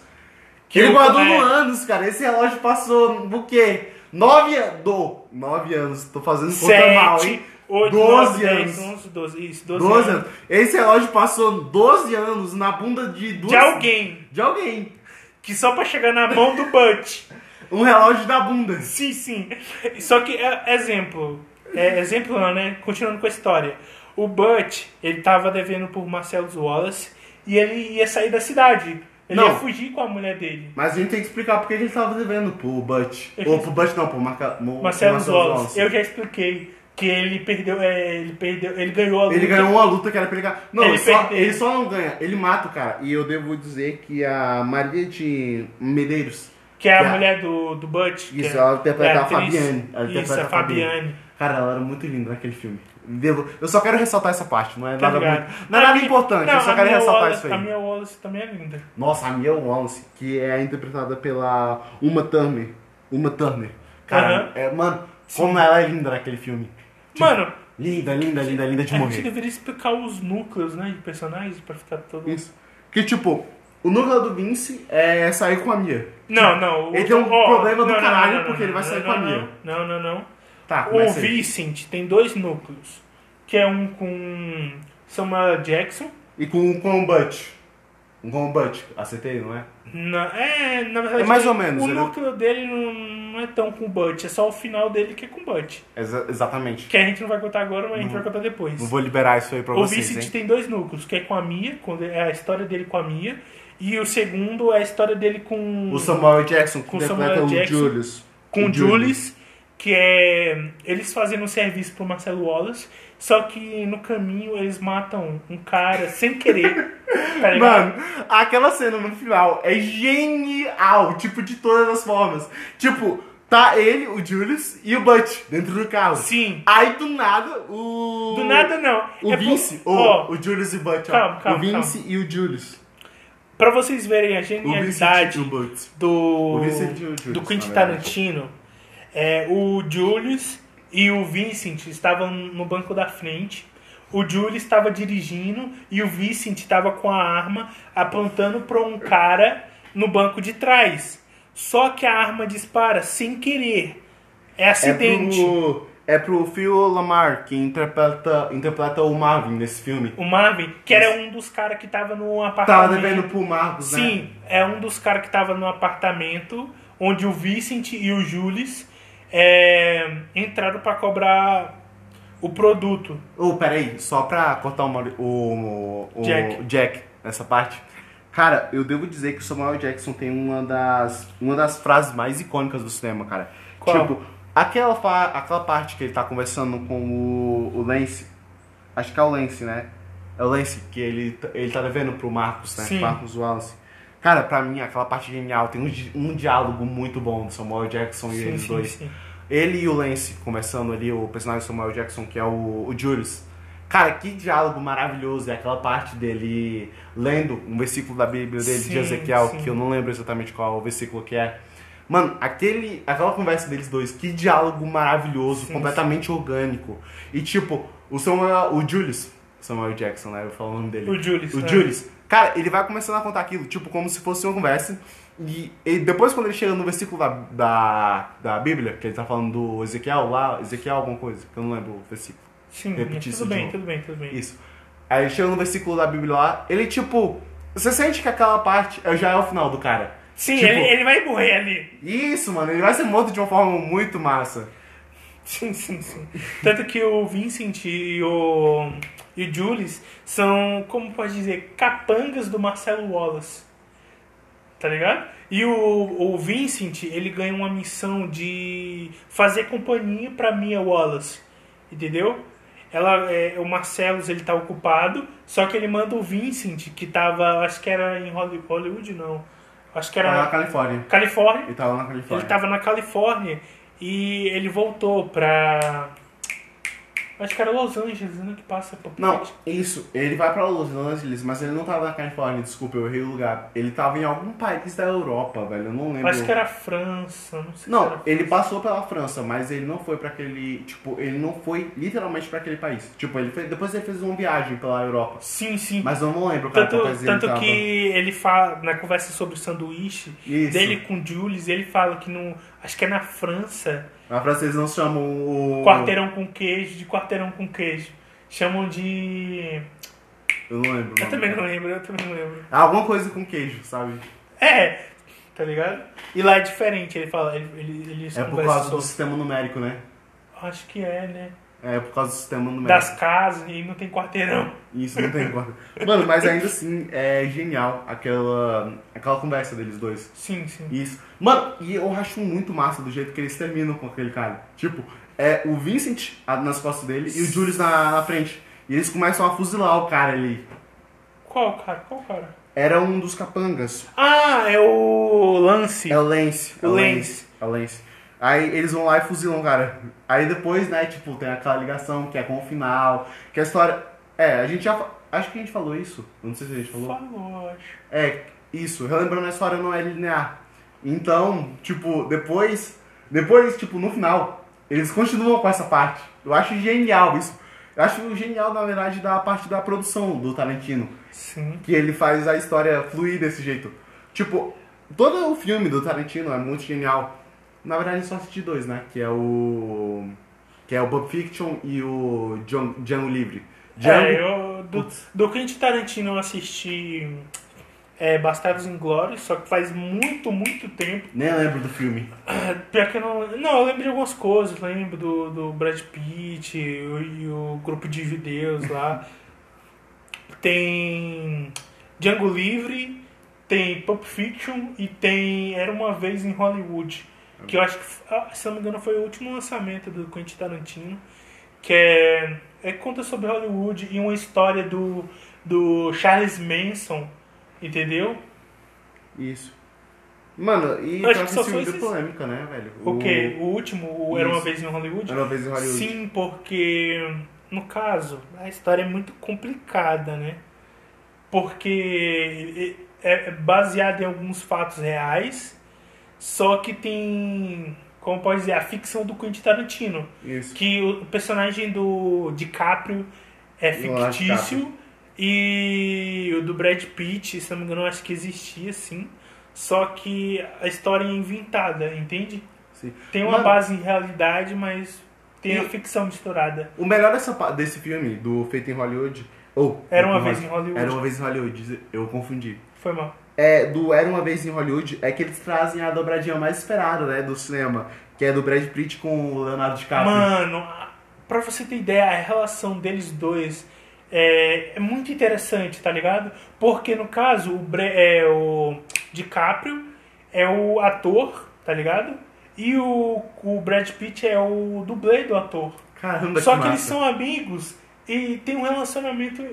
[SPEAKER 1] Que
[SPEAKER 2] ele
[SPEAKER 1] o-
[SPEAKER 2] guardou
[SPEAKER 1] é.
[SPEAKER 2] no anos, cara. Esse relógio passou o quê? Nove anos. Do. Nove anos. Tô fazendo conta mal, hein?
[SPEAKER 1] Sete, oito,
[SPEAKER 2] Doze
[SPEAKER 1] nove, dez,
[SPEAKER 2] anos.
[SPEAKER 1] onze, doze. Isso,
[SPEAKER 2] 12,
[SPEAKER 1] doze, anos.
[SPEAKER 2] anos. Esse relógio passou 12 anos na bunda de duas...
[SPEAKER 1] De alguém.
[SPEAKER 2] De alguém.
[SPEAKER 1] Que só pra chegar na mão do Butch.
[SPEAKER 2] Um relógio da bunda.
[SPEAKER 1] Sim, sim. Só que, é, exemplo. É, exemplo não, né? Continuando com a história. O Butch, ele tava devendo por Marcellus Wallace e ele ia sair da cidade. Ele
[SPEAKER 2] Não.
[SPEAKER 1] ia fugir com a mulher dele.
[SPEAKER 2] Mas a gente tem que explicar porque a gente tava devendo pro Butch. Ou pro Butch não, pro Marca... Mo-
[SPEAKER 1] Marcellus
[SPEAKER 2] Marcelo
[SPEAKER 1] Wallace.
[SPEAKER 2] Wallace.
[SPEAKER 1] Eu já expliquei que ele perdeu. é, ele perdeu. Ele ganhou a luta.
[SPEAKER 2] Ele ganhou uma luta que era pra ele ganhar. Não,
[SPEAKER 1] Ele
[SPEAKER 2] ele só,
[SPEAKER 1] perdeu.
[SPEAKER 2] ele só não ganha, ele mata o cara. E eu devo dizer que a Maria de Medeiros,
[SPEAKER 1] Que é a
[SPEAKER 2] É.
[SPEAKER 1] mulher do, do Butch. que
[SPEAKER 2] isso,
[SPEAKER 1] é-
[SPEAKER 2] ela interpreta
[SPEAKER 1] é
[SPEAKER 2] a
[SPEAKER 1] atriz.
[SPEAKER 2] Fabiane. Ela
[SPEAKER 1] Isso,
[SPEAKER 2] interpreta
[SPEAKER 1] a Fabiane.
[SPEAKER 2] Cara, ela era muito linda naquele filme. Devo- Eu só quero ressaltar essa parte, não é
[SPEAKER 1] Tá
[SPEAKER 2] nada,
[SPEAKER 1] ligado?
[SPEAKER 2] muito- não é nada
[SPEAKER 1] A Mi-
[SPEAKER 2] importante,
[SPEAKER 1] não,
[SPEAKER 2] eu só
[SPEAKER 1] a
[SPEAKER 2] quero
[SPEAKER 1] Mia
[SPEAKER 2] ressaltar
[SPEAKER 1] Wallace-
[SPEAKER 2] isso aí.
[SPEAKER 1] A minha Wallace também é linda.
[SPEAKER 2] Nossa, a Mia Wallace, que é interpretada pela Uma Thurman. Uma Thurman. Cara,
[SPEAKER 1] Aham.
[SPEAKER 2] é, mano, como ela é linda naquele filme.
[SPEAKER 1] Mano,
[SPEAKER 2] Linda, linda, linda, linda de
[SPEAKER 1] a gente
[SPEAKER 2] Tipo, morrer.
[SPEAKER 1] deveria explicar os núcleos, né, de personagens pra ficar todo...
[SPEAKER 2] Isso. Que tipo, o núcleo do Vince é sair com a Mia.
[SPEAKER 1] Não, não. o-
[SPEAKER 2] Ele tem um
[SPEAKER 1] ó,
[SPEAKER 2] problema do
[SPEAKER 1] não, não,
[SPEAKER 2] caralho
[SPEAKER 1] não, não,
[SPEAKER 2] porque ele vai
[SPEAKER 1] não,
[SPEAKER 2] sair
[SPEAKER 1] não,
[SPEAKER 2] com a
[SPEAKER 1] não,
[SPEAKER 2] Mia.
[SPEAKER 1] Não, não, não.
[SPEAKER 2] Tá,
[SPEAKER 1] O
[SPEAKER 2] começa aí.
[SPEAKER 1] Vicent tem dois núcleos. Que é um com Samuel Jackson.
[SPEAKER 2] E com um combat. Um combat. Acertei, não é?
[SPEAKER 1] Na, é, na verdade...
[SPEAKER 2] É mais ou menos,
[SPEAKER 1] O
[SPEAKER 2] ele-
[SPEAKER 1] núcleo dele não, não é tão com o Butch. É só o final dele que é com o Butch.
[SPEAKER 2] Exa- exatamente.
[SPEAKER 1] Que a gente não vai contar agora, mas a gente vai contar depois.
[SPEAKER 2] Não vou liberar isso aí pra
[SPEAKER 1] O
[SPEAKER 2] vocês,
[SPEAKER 1] Vicent
[SPEAKER 2] hein?
[SPEAKER 1] tem dois núcleos, que é com a Mia, quando é a história dele com a Mia, e o segundo é a história dele com
[SPEAKER 2] O Samuel Jackson, que
[SPEAKER 1] Com o
[SPEAKER 2] interpreta
[SPEAKER 1] Samuel
[SPEAKER 2] o
[SPEAKER 1] Jackson.
[SPEAKER 2] Julius.
[SPEAKER 1] com o
[SPEAKER 2] o
[SPEAKER 1] Julius, que é eles fazendo um serviço pro Marcelo Wallace, só que no caminho eles matam um cara sem querer. tá ligado?
[SPEAKER 2] Mano, aquela cena no final é genial, tipo, de todas as formas. Tipo, tá ele, o Julius e o Butch dentro do carro.
[SPEAKER 1] Sim.
[SPEAKER 2] Aí do nada o.
[SPEAKER 1] Do nada não.
[SPEAKER 2] O
[SPEAKER 1] É por-
[SPEAKER 2] Vince, ou
[SPEAKER 1] ó,
[SPEAKER 2] o Julius e o Butch, ó.
[SPEAKER 1] Calma, calma,
[SPEAKER 2] o Vince e o Julius.
[SPEAKER 1] pra vocês verem a
[SPEAKER 2] O Vince e
[SPEAKER 1] genialidade
[SPEAKER 2] o Butch.
[SPEAKER 1] do,
[SPEAKER 2] O Vincent e o Julius,
[SPEAKER 1] do Quentin
[SPEAKER 2] na verdade.
[SPEAKER 1] Tarantino, é, o Julius e o Vincent estavam no banco da frente. O Julius estava dirigindo e o Vincent estava com a arma apontando para um cara no banco de trás. Só que a arma dispara sem querer. É acidente.
[SPEAKER 2] É pro, é pro Phil Lamar, que interpreta, interpreta o Marvin nesse filme.
[SPEAKER 1] O Marvin, que era um dos caras que estava no apartamento.
[SPEAKER 2] Tava devendo pro Marcos, né?
[SPEAKER 1] Sim, é um dos caras que tava no apartamento onde o Vicent e o Jules é, entraram pra cobrar o produto.
[SPEAKER 2] Ô, peraí, só pra cortar o, Mauri- o, o-
[SPEAKER 1] Jack.
[SPEAKER 2] o Jack nessa parte. Cara, eu devo dizer que o Samuel Jackson tem uma das, uma das frases mais icônicas do cinema, cara.
[SPEAKER 1] Qual?
[SPEAKER 2] Tipo, aquela, fa- aquela parte que ele tá conversando com o, o Lance. Acho que é o Lance, né? É o Lance que ele, t- ele tá devendo pro Marcos, né?
[SPEAKER 1] Sim.
[SPEAKER 2] Marcos Wallace. Cara, pra mim, aquela parte genial. Tem um, di- um diálogo muito bom do Samuel Jackson e
[SPEAKER 1] Sim,
[SPEAKER 2] eles
[SPEAKER 1] sim,
[SPEAKER 2] dois.
[SPEAKER 1] sim.
[SPEAKER 2] Ele e o Lance conversando ali, o personagem Samuel Jackson, que é o, o Julius. Cara, que diálogo maravilhoso. É aquela parte dele lendo um versículo da Bíblia dele,
[SPEAKER 1] Sim,
[SPEAKER 2] de Ezequiel,
[SPEAKER 1] sim.
[SPEAKER 2] que eu não lembro exatamente qual o versículo que é. Mano, aquele, aquela conversa deles dois, que diálogo maravilhoso,
[SPEAKER 1] Sim,
[SPEAKER 2] completamente orgânico. E tipo, o Samuel, o Julius, Samuel Jackson, né? Eu falo o nome dele.
[SPEAKER 1] O Julius.
[SPEAKER 2] O
[SPEAKER 1] né?
[SPEAKER 2] Julius. Cara, ele vai começando a contar aquilo, tipo, como se fosse uma conversa. E, e depois, quando ele chega no versículo da, da, da Bíblia, que ele tá falando do Ezequiel lá, Ezequiel alguma coisa, que eu não lembro o versículo.
[SPEAKER 1] Sim,
[SPEAKER 2] Repetir
[SPEAKER 1] mas
[SPEAKER 2] isso
[SPEAKER 1] tudo
[SPEAKER 2] de
[SPEAKER 1] bem,
[SPEAKER 2] novo.
[SPEAKER 1] tudo bem, tudo bem.
[SPEAKER 2] Isso. Aí ele chega no versículo da Bíblia lá, ele, tipo, você sente que aquela parte é- já é o final do cara.
[SPEAKER 1] Sim,
[SPEAKER 2] Tipo-
[SPEAKER 1] ele, ele vai morrer ali.
[SPEAKER 2] Isso, mano, ele vai ser morto de uma forma muito massa.
[SPEAKER 1] Sim, sim, sim. Tanto que o Vincent e o, e o Julius são, como pode dizer, capangas do Marcelo Wallace. Tá ligado? E o, o Vincent, ele ganha uma missão de fazer companhia pra Mia Wallace. Entendeu? Ela, é, o Marcelo, ele tá ocupado, só que ele manda o Vincent, que tava, acho que era em Holly- Hollywood, não. Acho que
[SPEAKER 2] Tá lá na
[SPEAKER 1] era
[SPEAKER 2] Califórnia.
[SPEAKER 1] Califórnia.
[SPEAKER 2] Ele tava lá na Califórnia.
[SPEAKER 1] Ele tava na Califórnia e ele voltou pra. Acho que era Los Angeles, né? Que passa pra
[SPEAKER 2] Não, isso. Ele vai pra Los Angeles, mas ele não tava na Califórnia, desculpa, eu errei o lugar. Ele tava em algum país da Europa, velho, eu não lembro.
[SPEAKER 1] Acho que era França, não sei se
[SPEAKER 2] Não,
[SPEAKER 1] era.
[SPEAKER 2] ele passou pela França, mas ele não foi pra aquele, tipo, ele não foi literalmente pra aquele país. Tipo, ele foi, depois ele fez uma viagem pela Europa.
[SPEAKER 1] Sim, sim.
[SPEAKER 2] Mas eu não lembro cara,
[SPEAKER 1] tanto
[SPEAKER 2] então, qual país ele
[SPEAKER 1] tanto
[SPEAKER 2] tava.
[SPEAKER 1] que ele fala, na conversa sobre o sanduíche
[SPEAKER 2] Isso.
[SPEAKER 1] dele com o Jules, ele fala que não. Acho que é na França,
[SPEAKER 2] Na França eles não chamam o
[SPEAKER 1] quarteirão com queijo, de quarteirão com queijo. Chamam de.
[SPEAKER 2] Eu não lembro.
[SPEAKER 1] Eu
[SPEAKER 2] o nome.
[SPEAKER 1] também não lembro, eu também não lembro.
[SPEAKER 2] Alguma coisa com queijo, sabe?
[SPEAKER 1] É, tá ligado? E lá é diferente, ele fala, ele, ele, eles
[SPEAKER 2] É por
[SPEAKER 1] conversam
[SPEAKER 2] causa do
[SPEAKER 1] sobre-
[SPEAKER 2] sistema numérico, né?
[SPEAKER 1] Acho que é, né?
[SPEAKER 2] É por causa do sistema numérico.
[SPEAKER 1] Das casas e não tem quarteirão.
[SPEAKER 2] Isso não tem guarda. Mano, mas ainda assim é genial aquela, aquela conversa deles dois.
[SPEAKER 1] Sim, sim.
[SPEAKER 2] Isso. Mano, e eu acho muito massa do jeito que eles terminam com aquele cara. Tipo, é o Vincent a- nas costas dele e o Julius na, na frente. E eles começam a fuzilar o cara ali.
[SPEAKER 1] Qual cara? Qual cara?
[SPEAKER 2] Era um dos capangas.
[SPEAKER 1] Ah, é o Lance.
[SPEAKER 2] É o Lance. É o
[SPEAKER 1] O
[SPEAKER 2] Lance. É o Lance. Aí eles vão lá e fuzilam, o cara. Aí depois, né, tipo, tem aquela ligação que é com o final. Que a história. É, a gente já. fa- Acho que a gente falou isso. Eu Não sei se a gente falou.
[SPEAKER 1] Falou, acho.
[SPEAKER 2] É, isso. Relembrando, a história não é linear. Então, tipo, depois. Depois, tipo, no final, eles continuam com essa parte. Eu acho genial isso. Eu acho genial, na verdade, da parte da produção do Tarantino.
[SPEAKER 1] Sim.
[SPEAKER 2] Que ele faz a história fluir desse jeito. Tipo, todo o filme do Tarantino é muito genial. Na verdade, eu só assisti dois, né? Que é o. Que é o Pulp Fiction e o Djan- Django Livre.
[SPEAKER 1] É,
[SPEAKER 2] Django.
[SPEAKER 1] eu, do, do Quentin Tarantino eu assisti é, Bastardos Inglórios, só que faz muito, muito tempo.
[SPEAKER 2] Nem lembro do filme.
[SPEAKER 1] Pior que eu não. Não, eu lembro de algumas coisas, lembro do, do Brad Pitt o- e o grupo de judeus lá. tem Django Livre, tem Pulp Fiction e tem Era Uma Vez em Hollywood. Que eu acho que, ah, se não me engano, foi o último lançamento do Quentin Tarantino. Que é, é que conta sobre Hollywood e uma história do, do Charles Manson, entendeu?
[SPEAKER 2] Isso. Mano, e
[SPEAKER 1] Eu acho
[SPEAKER 2] pior
[SPEAKER 1] que
[SPEAKER 2] que
[SPEAKER 1] só
[SPEAKER 2] esse
[SPEAKER 1] foi
[SPEAKER 2] filme deu
[SPEAKER 1] esse-
[SPEAKER 2] polêmica, né, velho?
[SPEAKER 1] O que? O último, o Era Uma
[SPEAKER 2] Isso.
[SPEAKER 1] Vez em Hollywood?
[SPEAKER 2] Era uma vez em Hollywood.
[SPEAKER 1] Sim, porque no caso a história é muito complicada, né? Porque é baseada em alguns fatos reais, só que tem, como pode dizer, a ficção do Quentin Tarantino,
[SPEAKER 2] Isso.
[SPEAKER 1] que o personagem do DiCaprio é
[SPEAKER 2] Leonardo
[SPEAKER 1] fictício e o do Brad Pitt, se não me engano, eu acho que existia sim, só que a história é inventada, entende?
[SPEAKER 2] Sim.
[SPEAKER 1] Tem uma
[SPEAKER 2] Mano,
[SPEAKER 1] base em realidade, mas tem
[SPEAKER 2] E-
[SPEAKER 1] a ficção misturada.
[SPEAKER 2] O melhor dessa, pa- desse filme, do Feito em Hollywood. Ou.
[SPEAKER 1] Era
[SPEAKER 2] Feito
[SPEAKER 1] uma vez em Hollywood.
[SPEAKER 2] Era um- uma vez em Hollywood, eu confundi.
[SPEAKER 1] Foi mal.
[SPEAKER 2] É, do Era uma vez em Hollywood é que eles trazem a dobradinha mais esperada, né, do cinema. Que é do Brad Pitt com o Leonardo DiCaprio.
[SPEAKER 1] Mano, a- pra você ter ideia, a relação deles dois é, é muito interessante, tá ligado? Porque no caso, o, Bre é, o DiCaprio é o ator, tá ligado? E o, o Brad Pitt é o dublê do ator.
[SPEAKER 2] Caramba,
[SPEAKER 1] Só que
[SPEAKER 2] que massa.
[SPEAKER 1] eles são amigos e tem um relacionamento,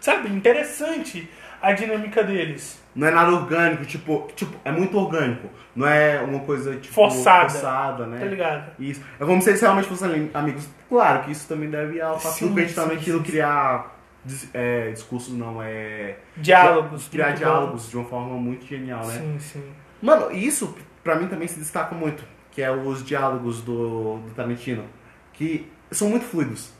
[SPEAKER 1] sabe, interessante a dinâmica deles.
[SPEAKER 2] Não é nada orgânico, tipo, tipo, é muito orgânico. Não é uma coisa, tipo,
[SPEAKER 1] Forçada.
[SPEAKER 2] forçada né?
[SPEAKER 1] Tá ligado?
[SPEAKER 2] Isso. É como se eles realmente fossem ali- amigos. Claro que isso também deve ao fato
[SPEAKER 1] Sim,
[SPEAKER 2] do Quentin
[SPEAKER 1] sim,
[SPEAKER 2] Tarantino
[SPEAKER 1] sim, sim.
[SPEAKER 2] criar dis- é, discursos, não, é.
[SPEAKER 1] Diálogos.
[SPEAKER 2] Criar
[SPEAKER 1] muito bom.
[SPEAKER 2] diálogos de uma forma muito genial, né?
[SPEAKER 1] Sim, sim.
[SPEAKER 2] Mano, isso pra mim também se destaca muito, que é os diálogos do, do Tarantino, que são muito fluidos.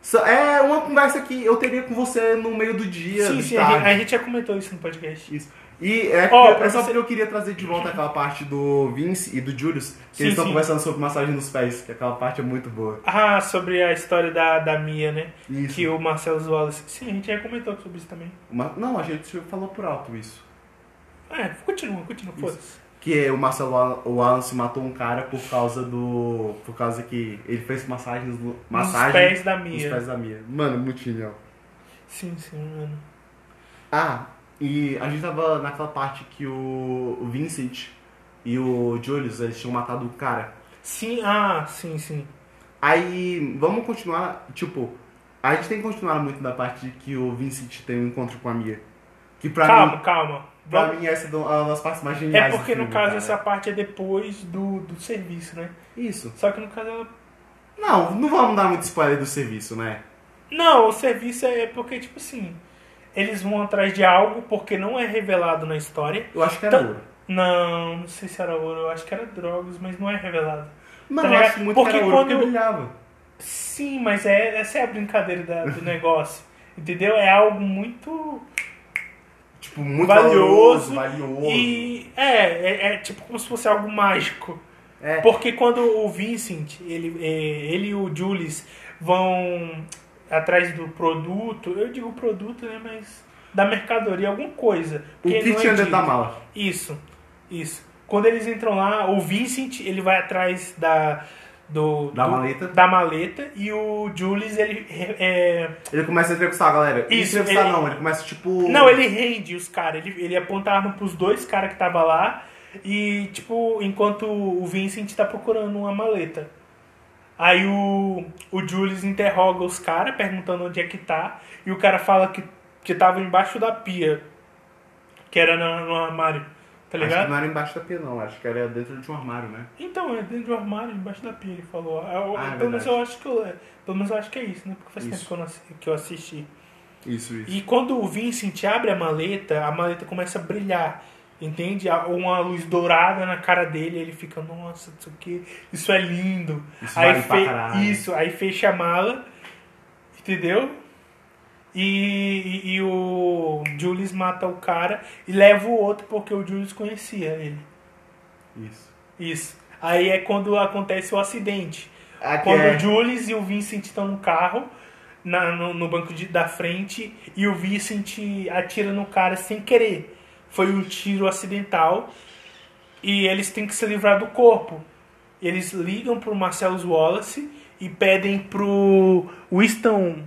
[SPEAKER 2] Só- É uma conversa que eu teria com você no meio do dia,
[SPEAKER 1] Sim,
[SPEAKER 2] de
[SPEAKER 1] sim, a
[SPEAKER 2] tarde.
[SPEAKER 1] gente, a gente já comentou isso no podcast.
[SPEAKER 2] Isso. E é,
[SPEAKER 1] Ó,
[SPEAKER 2] oh,
[SPEAKER 1] pra
[SPEAKER 2] é só
[SPEAKER 1] você-
[SPEAKER 2] porque eu queria trazer de volta aquela parte do Vince e do Julius, que
[SPEAKER 1] Sim,
[SPEAKER 2] eles estão
[SPEAKER 1] sim.
[SPEAKER 2] conversando sobre massagem nos pés, que aquela parte é muito boa.
[SPEAKER 1] Ah, sobre a história da, da Mia, né?
[SPEAKER 2] Isso.
[SPEAKER 1] Que o Marcelo Wallace. Sim, a gente já comentou sobre isso também.
[SPEAKER 2] Uma- Não, a gente falou por alto isso.
[SPEAKER 1] É, continua, continua,
[SPEAKER 2] Isso.
[SPEAKER 1] foda-se.
[SPEAKER 2] Que é o Marcelo Wa- o Wallace matou um cara por causa do. Por causa que ele fez massagens no. Massagem
[SPEAKER 1] Os pés da
[SPEAKER 2] nos
[SPEAKER 1] Mia.
[SPEAKER 2] pés da Mia. Mano, muito genial.
[SPEAKER 1] Sim, sim, mano.
[SPEAKER 2] Ah, e a gente tava naquela parte que o, o Vincent e o Julius eles tinham matado o cara.
[SPEAKER 1] Sim, ah, sim, sim.
[SPEAKER 2] Aí, vamos continuar, tipo, a gente tem que continuar muito na parte de que o Vincent tem um encontro com a Mia. Que pra
[SPEAKER 1] calma,
[SPEAKER 2] mim,
[SPEAKER 1] calma.
[SPEAKER 2] pra
[SPEAKER 1] Vamos-
[SPEAKER 2] mim essa é do- uma das partes mais geniais.
[SPEAKER 1] É
[SPEAKER 2] do
[SPEAKER 1] porque no
[SPEAKER 2] filme,
[SPEAKER 1] caso
[SPEAKER 2] cara.
[SPEAKER 1] essa parte é depois do, do serviço, né?
[SPEAKER 2] Isso.
[SPEAKER 1] Só que no caso ela.
[SPEAKER 2] Não, não vamos dar muito spoiler do serviço, né?
[SPEAKER 1] Não, o serviço é porque, tipo assim, eles vão atrás de algo porque não é revelado na história.
[SPEAKER 2] Eu acho que era
[SPEAKER 1] Tá-
[SPEAKER 2] ouro.
[SPEAKER 1] Não, não sei se era ouro, eu acho que era drogas, mas não é revelado.
[SPEAKER 2] Mano,
[SPEAKER 1] Tá
[SPEAKER 2] eu
[SPEAKER 1] ligado?
[SPEAKER 2] acho muito
[SPEAKER 1] Porque
[SPEAKER 2] que era ouro porque
[SPEAKER 1] quando-
[SPEAKER 2] brilhava.
[SPEAKER 1] Sim, mas é, essa é a brincadeira da- do negócio. Entendeu? É algo muito.
[SPEAKER 2] Tipo, muito valioso,
[SPEAKER 1] Valioso
[SPEAKER 2] valioso.
[SPEAKER 1] E é, é, é tipo como se fosse algo mágico.
[SPEAKER 2] É.
[SPEAKER 1] Porque quando o Vincent, ele, é, ele e o Julius vão atrás do produto, eu digo produto, né? Mas da mercadoria, alguma coisa.
[SPEAKER 2] O
[SPEAKER 1] porque
[SPEAKER 2] que
[SPEAKER 1] não é
[SPEAKER 2] tinha dentro
[SPEAKER 1] dito.
[SPEAKER 2] da mala?
[SPEAKER 1] Isso. Isso. Quando eles entram lá, o Vincent ele vai atrás da do,
[SPEAKER 2] Da
[SPEAKER 1] do-
[SPEAKER 2] maleta.
[SPEAKER 1] da maleta e o Julius ele é,
[SPEAKER 2] Ele começa a entrevistar a galera.
[SPEAKER 1] Isso,
[SPEAKER 2] entrevistar
[SPEAKER 1] ele-
[SPEAKER 2] não, ele começa tipo.
[SPEAKER 1] não ele rende os caras ele ele aponta a arma pros dois caras que tava lá e tipo enquanto o Vincent tá procurando uma maleta aí o o Julius interroga os caras perguntando onde é que tá e o cara fala que que tava embaixo da pia que era na- no armário tá
[SPEAKER 2] Acho que
[SPEAKER 1] ligado
[SPEAKER 2] não era embaixo da pia, não. Acho que era dentro de um armário, né?
[SPEAKER 1] Então, é dentro do armário, debaixo da pia, ele falou. Ah, eu-
[SPEAKER 2] Ah, é
[SPEAKER 1] pelo, menos
[SPEAKER 2] verdade.
[SPEAKER 1] eu acho que eu, pelo menos eu acho que é isso, né? Porque faz
[SPEAKER 2] Isso.
[SPEAKER 1] tempo que eu, não assi- que eu assisti.
[SPEAKER 2] Isso, isso.
[SPEAKER 1] E quando o Vincent abre a maleta, a maleta começa a brilhar. Entende? A- Uma luz dourada na cara dele, ele fica, nossa, isso aqui, isso é lindo.
[SPEAKER 2] Isso vale pra caralho.
[SPEAKER 1] Isso, aí fecha a mala, entendeu? E, e- e o Julius mata o cara e leva o outro porque o Julius conhecia ele.
[SPEAKER 2] Isso.
[SPEAKER 1] Isso. Aí é quando acontece o acidente.
[SPEAKER 2] Aqui
[SPEAKER 1] quando
[SPEAKER 2] é-
[SPEAKER 1] o Julius e o Vincent estão no carro, na- no, no banco de- da frente, e o Vincent atira no cara sem querer. Foi um tiro acidental. E eles têm que se livrar do corpo. Eles ligam pro Marcellus Wallace e pedem pro Winston.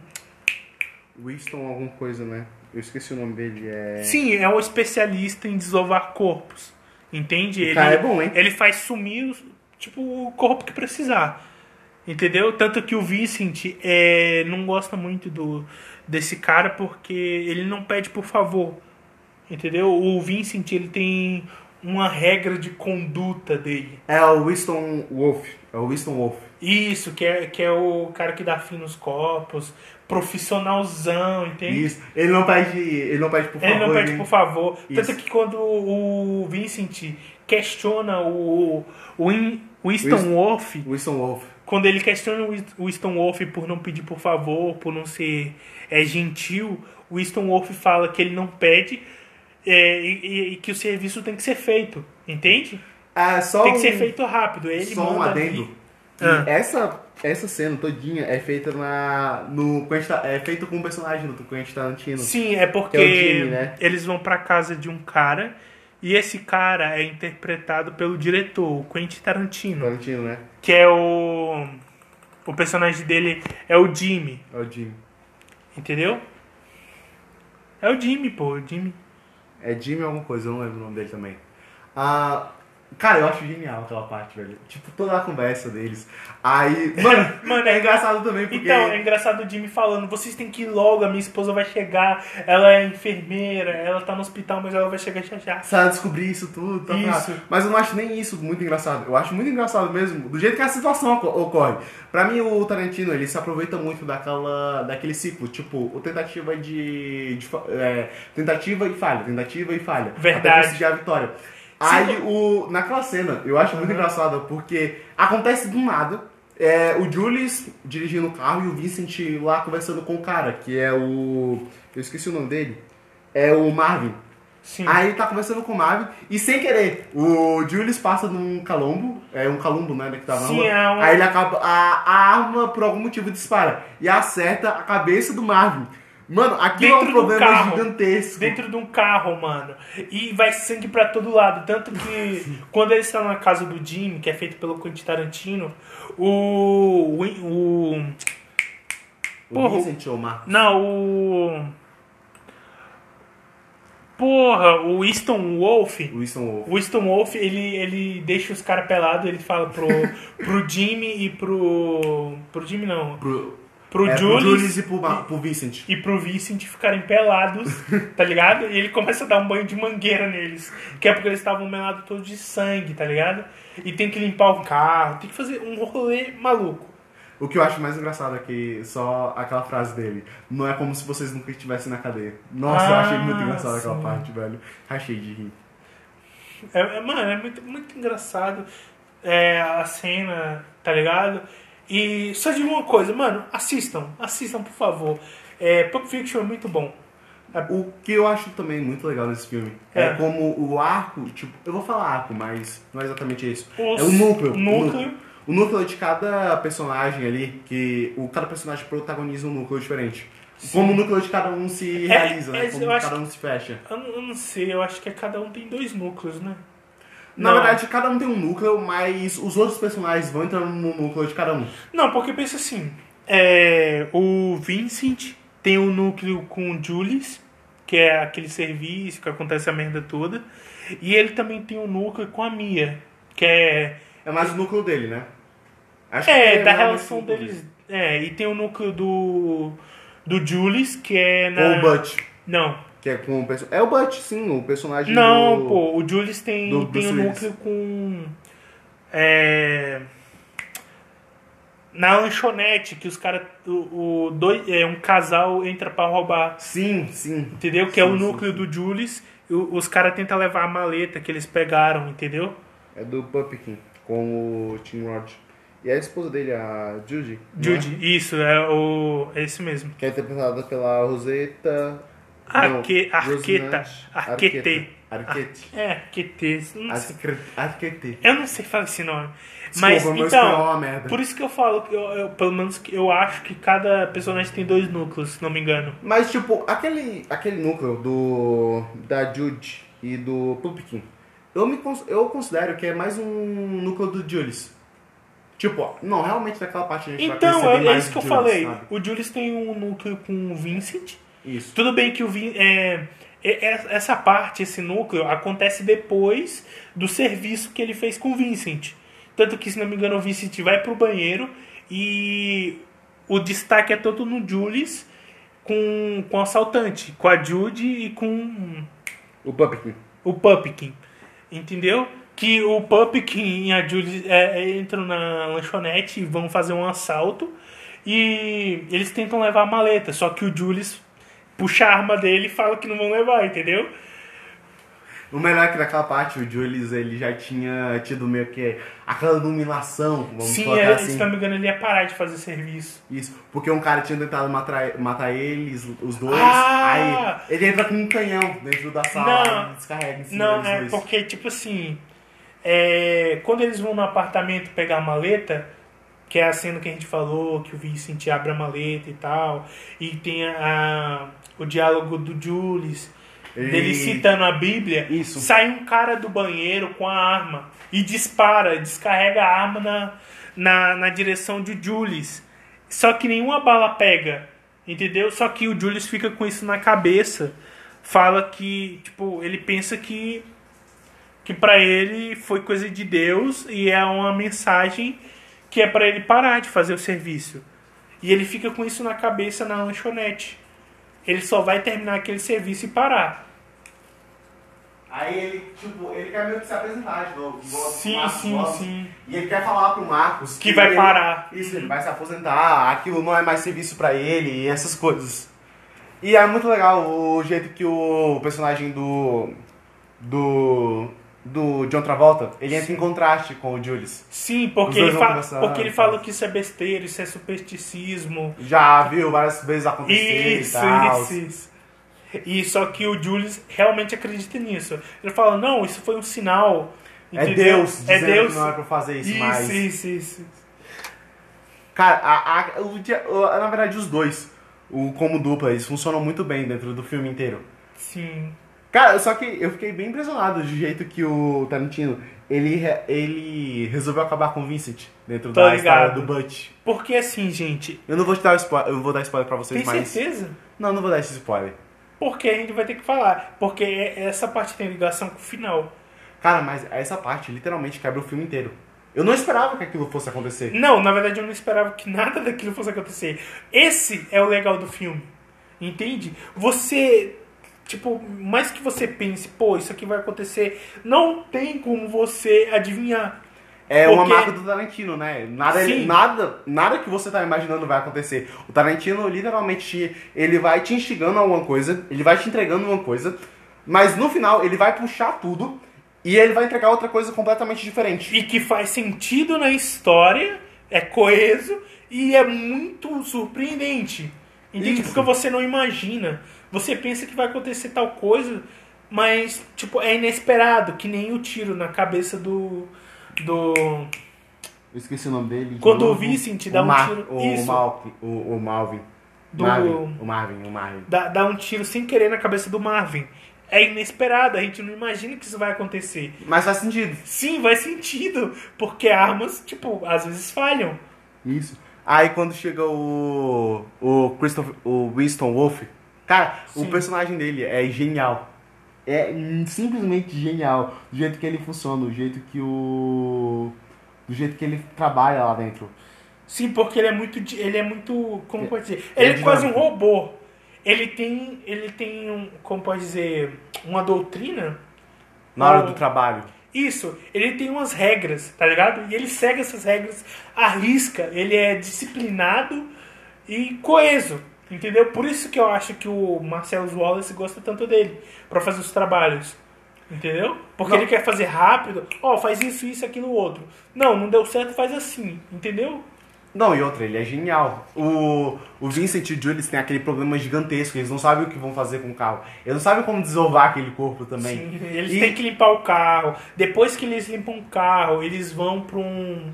[SPEAKER 2] Winston alguma coisa, né? Eu esqueci o nome dele. É.
[SPEAKER 1] Sim, é um especialista em desovar corpos. Entende?
[SPEAKER 2] O cara é bom, hein?
[SPEAKER 1] Ele faz sumir os- tipo, o corpo que precisar. Entendeu? Tanto que o Vincent é, não gosta muito do, desse cara porque ele não pede por favor. Entendeu? O Vincent ele tem uma regra de conduta dele.
[SPEAKER 2] É o Winston Wolf. É o Winston Wolf.
[SPEAKER 1] Isso, que é, que é o cara que dá fim nos copos, profissionalzão, entende?
[SPEAKER 2] Isso. Ele não pede. Ele não pede por favor.
[SPEAKER 1] Ele não pede por favor.
[SPEAKER 2] Isso.
[SPEAKER 1] Tanto que quando o Vincent questiona o, o Win- Winston
[SPEAKER 2] Winston-
[SPEAKER 1] Wolf,
[SPEAKER 2] Winston Wolf.
[SPEAKER 1] quando ele questiona o Wis- Winston Wolf por não pedir por favor, por não ser é, gentil, o Winston Wolf fala que ele não pede é, e, e- e que o serviço tem que ser feito, entende?
[SPEAKER 2] Ah, só
[SPEAKER 1] Tem que
[SPEAKER 2] um-
[SPEAKER 1] ser feito rápido. Ele
[SPEAKER 2] Só
[SPEAKER 1] manda
[SPEAKER 2] um
[SPEAKER 1] ali.
[SPEAKER 2] adendo. que
[SPEAKER 1] Ah.
[SPEAKER 2] Essa, essa cena todinha é feita na. no Quentin Ta- é feito com um personagem do Quentin Tarantino.
[SPEAKER 1] Sim, é porque
[SPEAKER 2] Que é o Jimmy, né?
[SPEAKER 1] eles vão pra casa de um cara e esse cara é interpretado pelo diretor, o Quentin Tarantino.
[SPEAKER 2] Tarantino, né?
[SPEAKER 1] que é o o personagem dele é o Jimmy,
[SPEAKER 2] É o Jimmy.
[SPEAKER 1] entendeu? É o Jimmy, pô, o Jimmy.
[SPEAKER 2] É Jimmy alguma coisa, eu não lembro o nome dele também. Ah, cara, eu acho genial aquela parte, velho. Tipo, toda a conversa deles. Aí. Mano,
[SPEAKER 1] Mano,
[SPEAKER 2] é
[SPEAKER 1] é
[SPEAKER 2] engraçado também, porque.
[SPEAKER 1] Então, é engraçado o Jimmy falando, vocês têm que ir logo, a minha esposa vai chegar, ela é enfermeira, ela tá no hospital, mas ela vai chegar já já.
[SPEAKER 2] Sabe, descobrir isso tudo, tá
[SPEAKER 1] Isso.
[SPEAKER 2] tá. Mas eu não acho nem isso muito engraçado. Eu acho muito engraçado mesmo, do jeito que a situação oco- ocorre. Pra mim, o Tarantino, ele se aproveita muito daquela, daquele ciclo, tipo, o tentativa de... de fa- é, tentativa e falha, tentativa e falha. Até
[SPEAKER 1] Verdade.
[SPEAKER 2] conseguir a vitória. Aí, o, naquela cena, eu acho muito
[SPEAKER 1] Uhum.
[SPEAKER 2] engraçado, porque acontece do nada... É, o Julius dirigindo o carro e o Vincent lá conversando com o cara, que é o... Eu esqueci o nome dele. É o Marvin.
[SPEAKER 1] Sim.
[SPEAKER 2] Aí ele tá conversando com o Marvin e sem querer, o Julius passa num calombo, é um calombo, né, que tava na
[SPEAKER 1] Sim,
[SPEAKER 2] rua.
[SPEAKER 1] é um-
[SPEAKER 2] Aí ele acaba, a, a arma por algum motivo dispara e acerta a cabeça do Marvin. Mano, aquilo é um
[SPEAKER 1] Dentro do
[SPEAKER 2] problema
[SPEAKER 1] carro.
[SPEAKER 2] gigantesco.
[SPEAKER 1] Dentro de um carro, mano. E vai sangue pra todo lado. Tanto que quando eles estão na casa do Jimmy, que é feito pelo Quentin Tarantino, o. o, o
[SPEAKER 2] O
[SPEAKER 1] Porra.
[SPEAKER 2] Vincent ou o Marvin?
[SPEAKER 1] Não, o. Porra, o Winston Wolf.
[SPEAKER 2] O Wilson Wolf.
[SPEAKER 1] O Winston Wolf, ele, ele deixa os caras pelados, ele fala pro, pro Jimmy e pro. Pro Jimmy não.
[SPEAKER 2] Pro,
[SPEAKER 1] Pro
[SPEAKER 2] é,
[SPEAKER 1] Julius.
[SPEAKER 2] pro Julius e pro, Ma- pro Vincent.
[SPEAKER 1] E pro Vincent ficarem pelados, tá ligado? E ele começa a dar um banho de mangueira neles. Que é porque eles estavam melados todos de sangue, tá ligado? E tem que limpar o carro, tem que fazer um rolê maluco.
[SPEAKER 2] O que eu acho mais engraçado é que só aquela frase dele. Não é como se vocês nunca estivessem na cadeia. Nossa, eu
[SPEAKER 1] Ah,
[SPEAKER 2] achei muito engraçado aquela
[SPEAKER 1] sim.
[SPEAKER 2] parte, velho. Achei de rir.
[SPEAKER 1] É, é, mano, é muito, muito engraçado é, a cena, tá ligado? E só digo uma coisa, mano, assistam, assistam, por favor. É, Pulp Fiction é muito bom.
[SPEAKER 2] O que eu acho também muito legal nesse filme é,
[SPEAKER 1] É.
[SPEAKER 2] como o arco, tipo, eu vou falar arco, mas não é exatamente isso.
[SPEAKER 1] Os-
[SPEAKER 2] é o núcleo.
[SPEAKER 1] o
[SPEAKER 2] o
[SPEAKER 1] núcleo.
[SPEAKER 2] O núcleo de cada personagem ali, que o cada personagem protagoniza um núcleo diferente. Como o núcleo de cada um se
[SPEAKER 1] É,
[SPEAKER 2] realiza,
[SPEAKER 1] é,
[SPEAKER 2] né?
[SPEAKER 1] eu
[SPEAKER 2] Como
[SPEAKER 1] acho
[SPEAKER 2] cada um se fecha.
[SPEAKER 1] é Eu não, eu não sei, eu acho que cada um tem dois núcleos, né?
[SPEAKER 2] Na
[SPEAKER 1] Não.
[SPEAKER 2] verdade, cada um tem um núcleo, mas os outros personagens vão entrando no núcleo de cada um.
[SPEAKER 1] Não, porque pensa assim, é, o Vincent tem um núcleo com o Julius, que é aquele serviço que acontece a merda toda, e ele também tem um núcleo com a Mia, que é,
[SPEAKER 2] É mais o núcleo dele, né? Acho
[SPEAKER 1] é, da
[SPEAKER 2] mais
[SPEAKER 1] relação
[SPEAKER 2] o núcleo
[SPEAKER 1] deles. É, e tem o núcleo do do Julius, que é na...
[SPEAKER 2] Ou o Butch,
[SPEAKER 1] Não,
[SPEAKER 2] que é com o perso- É o Butch, sim, o personagem
[SPEAKER 1] não,
[SPEAKER 2] do...
[SPEAKER 1] pô, o Julius tem,
[SPEAKER 2] do
[SPEAKER 1] tem
[SPEAKER 2] Bruce
[SPEAKER 1] um
[SPEAKER 2] Willis.
[SPEAKER 1] núcleo com... É... Na lanchonete, que os caras... O, o dois, é, um casal entra pra roubar
[SPEAKER 2] Sim, sim.
[SPEAKER 1] Entendeu? Que é o
[SPEAKER 2] Sim, sim,
[SPEAKER 1] núcleo do Julius. e o- Os caras tentam levar a maleta que eles pegaram, entendeu?
[SPEAKER 2] É do Pumpkin, com o Tim Rod. E a esposa dele, a Judy. não é?
[SPEAKER 1] Jude, isso, é o. É esse mesmo.
[SPEAKER 2] Que é interpretada pela Rosetta...
[SPEAKER 1] Arque-
[SPEAKER 2] não,
[SPEAKER 1] Arqueta.
[SPEAKER 2] Rosinante-
[SPEAKER 1] Arquete.
[SPEAKER 2] Arquete.
[SPEAKER 1] É, Arquete. não sei.
[SPEAKER 2] Arquete. Arquete.
[SPEAKER 1] Eu não sei falar esse nome. Mas
[SPEAKER 2] Desculpa, meu espanhol é
[SPEAKER 1] então.
[SPEAKER 2] uma merda.
[SPEAKER 1] Por isso que eu falo, que eu, eu- pelo menos que eu acho que cada personagem tem dois núcleos, se não me engano.
[SPEAKER 2] Mas, tipo, aquele, aquele núcleo do da Jude e do Pumpkin, eu, me, cons- eu considero que é mais um núcleo do Julius. Tipo, não, realmente daquela parte a gente vai
[SPEAKER 1] Então,
[SPEAKER 2] perceber
[SPEAKER 1] é, é
[SPEAKER 2] mais
[SPEAKER 1] isso que eu
[SPEAKER 2] Julius,
[SPEAKER 1] falei.
[SPEAKER 2] sabe?
[SPEAKER 1] O Julius tem um núcleo com o Vincent.
[SPEAKER 2] Isso.
[SPEAKER 1] Tudo bem que o Vin, é, é- é- essa parte, esse núcleo, acontece depois do serviço que ele fez com o Vincent. Tanto que, se não me engano, o Vincent vai pro banheiro e o destaque é todo no Julius com, com o assaltante, com a Jude e com
[SPEAKER 2] O Pumpkin.
[SPEAKER 1] o Pumpkin. Entendeu? Que o Pumpkin e a Julie é, é, entram na lanchonete e vão fazer um assalto. E eles tentam levar a maleta, só que o Julius puxa a arma dele e fala que não vão levar, entendeu?
[SPEAKER 2] O melhor é que naquela parte o Julius ele já tinha tido meio que aquela iluminação, vamos
[SPEAKER 1] Sim,
[SPEAKER 2] colocar
[SPEAKER 1] é,
[SPEAKER 2] assim.
[SPEAKER 1] se não me engano, ele ia parar de fazer serviço.
[SPEAKER 2] Isso, porque um cara tinha tentado matar, matar eles, os dois,
[SPEAKER 1] Ah!
[SPEAKER 2] aí ele entra com um canhão dentro da sala
[SPEAKER 1] Não.
[SPEAKER 2] e descarrega em cima
[SPEAKER 1] Não,
[SPEAKER 2] deles
[SPEAKER 1] é
[SPEAKER 2] dois.
[SPEAKER 1] porque, tipo assim, é, quando eles vão no apartamento pegar a maleta, que é a cena que a gente falou, que o Vincent abre a maleta e tal, e tem a, o diálogo do Julius, dele
[SPEAKER 2] E-
[SPEAKER 1] citando a Bíblia,
[SPEAKER 2] Isso.
[SPEAKER 1] sai um cara do banheiro com a arma e dispara, descarrega a arma na, na, na direção de Julius. Só que nenhuma bala pega, entendeu? Só que o Julius fica com isso na cabeça. Fala que, tipo, ele pensa que que pra ele foi coisa de Deus e é uma mensagem que é pra ele parar de fazer o serviço. E ele fica com isso na cabeça na lanchonete. Ele só vai terminar aquele serviço e parar.
[SPEAKER 2] Aí ele, tipo, ele quer meio que se apresentar de novo. de volta pro
[SPEAKER 1] Sim,
[SPEAKER 2] Marcos
[SPEAKER 1] sim,
[SPEAKER 2] Rossi.
[SPEAKER 1] sim.
[SPEAKER 2] E ele quer falar pro Marcos
[SPEAKER 1] Que vai
[SPEAKER 2] ele-
[SPEAKER 1] parar.
[SPEAKER 2] Isso, ele vai se aposentar, aquilo não é mais serviço pra ele e essas coisas. E é muito legal o jeito que o personagem do. do. do John Travolta, ele entra em contraste com o Julius.
[SPEAKER 1] Sim,
[SPEAKER 2] Os
[SPEAKER 1] porque
[SPEAKER 2] dois
[SPEAKER 1] ele,
[SPEAKER 2] vão
[SPEAKER 1] fa-
[SPEAKER 2] conversar,
[SPEAKER 1] porque ele
[SPEAKER 2] tá.
[SPEAKER 1] falou que isso é besteira, isso é supersticismo.
[SPEAKER 2] Já viu várias vezes acontecer
[SPEAKER 1] Isso,
[SPEAKER 2] e tal.
[SPEAKER 1] isso, isso. E só que o Julius realmente acredita nisso. Ele fala, não, isso foi um sinal.
[SPEAKER 2] É
[SPEAKER 1] entendeu?
[SPEAKER 2] Deus
[SPEAKER 1] é
[SPEAKER 2] dizendo
[SPEAKER 1] Deus.
[SPEAKER 2] que não é pra fazer isso,
[SPEAKER 1] isso,
[SPEAKER 2] mais.
[SPEAKER 1] isso, isso.
[SPEAKER 2] Cara, a, a- o dia- o- na verdade os dois, o, como dupla, eles funcionam muito bem dentro do filme inteiro.
[SPEAKER 1] Sim.
[SPEAKER 2] Cara, só que eu fiquei bem impressionado do jeito que o Tarantino, ele, re- ele resolveu acabar com o Vincent dentro
[SPEAKER 1] Tô
[SPEAKER 2] da
[SPEAKER 1] ligado.
[SPEAKER 2] história do Butch.
[SPEAKER 1] Porque assim, gente,
[SPEAKER 2] Eu não vou te dar spoiler, eu vou dar spoiler pra vocês,
[SPEAKER 1] Tem
[SPEAKER 2] mas...
[SPEAKER 1] certeza?
[SPEAKER 2] Não, não vou dar esse spoiler.
[SPEAKER 1] Porque a gente vai ter que falar. Porque é- essa parte tem ligação com o final.
[SPEAKER 2] Cara, mas essa parte literalmente quebra o filme inteiro. Eu não esperava que aquilo fosse acontecer.
[SPEAKER 1] Não, na verdade eu não esperava que nada daquilo fosse acontecer. Esse é o legal do filme. Entende? Você. Tipo, mais que você pense, pô, isso aqui vai acontecer, não tem como você adivinhar.
[SPEAKER 2] É uma
[SPEAKER 1] Porque-
[SPEAKER 2] marca do Tarantino, né? Nada, ele-
[SPEAKER 1] Sim.
[SPEAKER 2] nada, nada que você tá imaginando vai acontecer. O Tarantino, literalmente, ele vai te instigando a alguma coisa, ele vai te entregando uma coisa, mas no final ele vai puxar tudo e ele vai entregar outra coisa completamente diferente.
[SPEAKER 1] E que faz sentido na história, é coeso e é muito surpreendente. Entende?
[SPEAKER 2] Isso.
[SPEAKER 1] Porque você não imagina. Você pensa que vai acontecer tal coisa, mas tipo, é inesperado, que nem o tiro na cabeça do. do.
[SPEAKER 2] Eu esqueci o nome dele. de
[SPEAKER 1] Quando
[SPEAKER 2] novo.
[SPEAKER 1] o Vincent dá
[SPEAKER 2] O
[SPEAKER 1] um
[SPEAKER 2] Mar-
[SPEAKER 1] tiro-
[SPEAKER 2] O,
[SPEAKER 1] Isso.
[SPEAKER 2] o, Malvin, o, o Malvin.
[SPEAKER 1] Do-
[SPEAKER 2] Marvin. O Marvin, o Marvin.
[SPEAKER 1] Dá, dá um tiro sem querer na cabeça do Marvin. é inesperada, a gente não imagina que isso vai acontecer.
[SPEAKER 2] Mas faz sentido.
[SPEAKER 1] Sim, faz sentido, porque armas, tipo, às vezes falham.
[SPEAKER 2] Isso. Aí quando chega o. O Christopher. O Winston Wolfe. Cara,
[SPEAKER 1] Sim.
[SPEAKER 2] o personagem dele é genial. É simplesmente genial. Do jeito que ele funciona, do jeito que o. Do jeito que ele trabalha lá dentro.
[SPEAKER 1] Sim, porque ele é muito. di- Ele é muito. Como pode dizer?
[SPEAKER 2] é
[SPEAKER 1] Ele é quase um
[SPEAKER 2] dinâmico.
[SPEAKER 1] robô. Ele tem. Ele tem um. Como pode dizer? Uma doutrina.
[SPEAKER 2] Na hora
[SPEAKER 1] Ou-
[SPEAKER 2] do trabalho.
[SPEAKER 1] Isso, ele tem umas regras, tá ligado? E ele segue essas regras à risca, ele é disciplinado e coeso, entendeu? Por isso que eu acho que o Marcelo Wallace gosta tanto dele, pra fazer os trabalhos, entendeu? Porque
[SPEAKER 2] Não.
[SPEAKER 1] ele quer fazer rápido, ó, faz isso, isso, aquilo, outro. Não, não deu certo, faz assim, entendeu?
[SPEAKER 2] Não, e outra, ele é genial. O, o Vincent e o Julius têm aquele problema gigantesco, eles não sabem o que vão fazer com o carro. Eles não sabem como desovar aquele corpo também.
[SPEAKER 1] Sim, eles
[SPEAKER 2] E-
[SPEAKER 1] têm que limpar o carro. Depois que eles limpam o carro, eles vão pra um,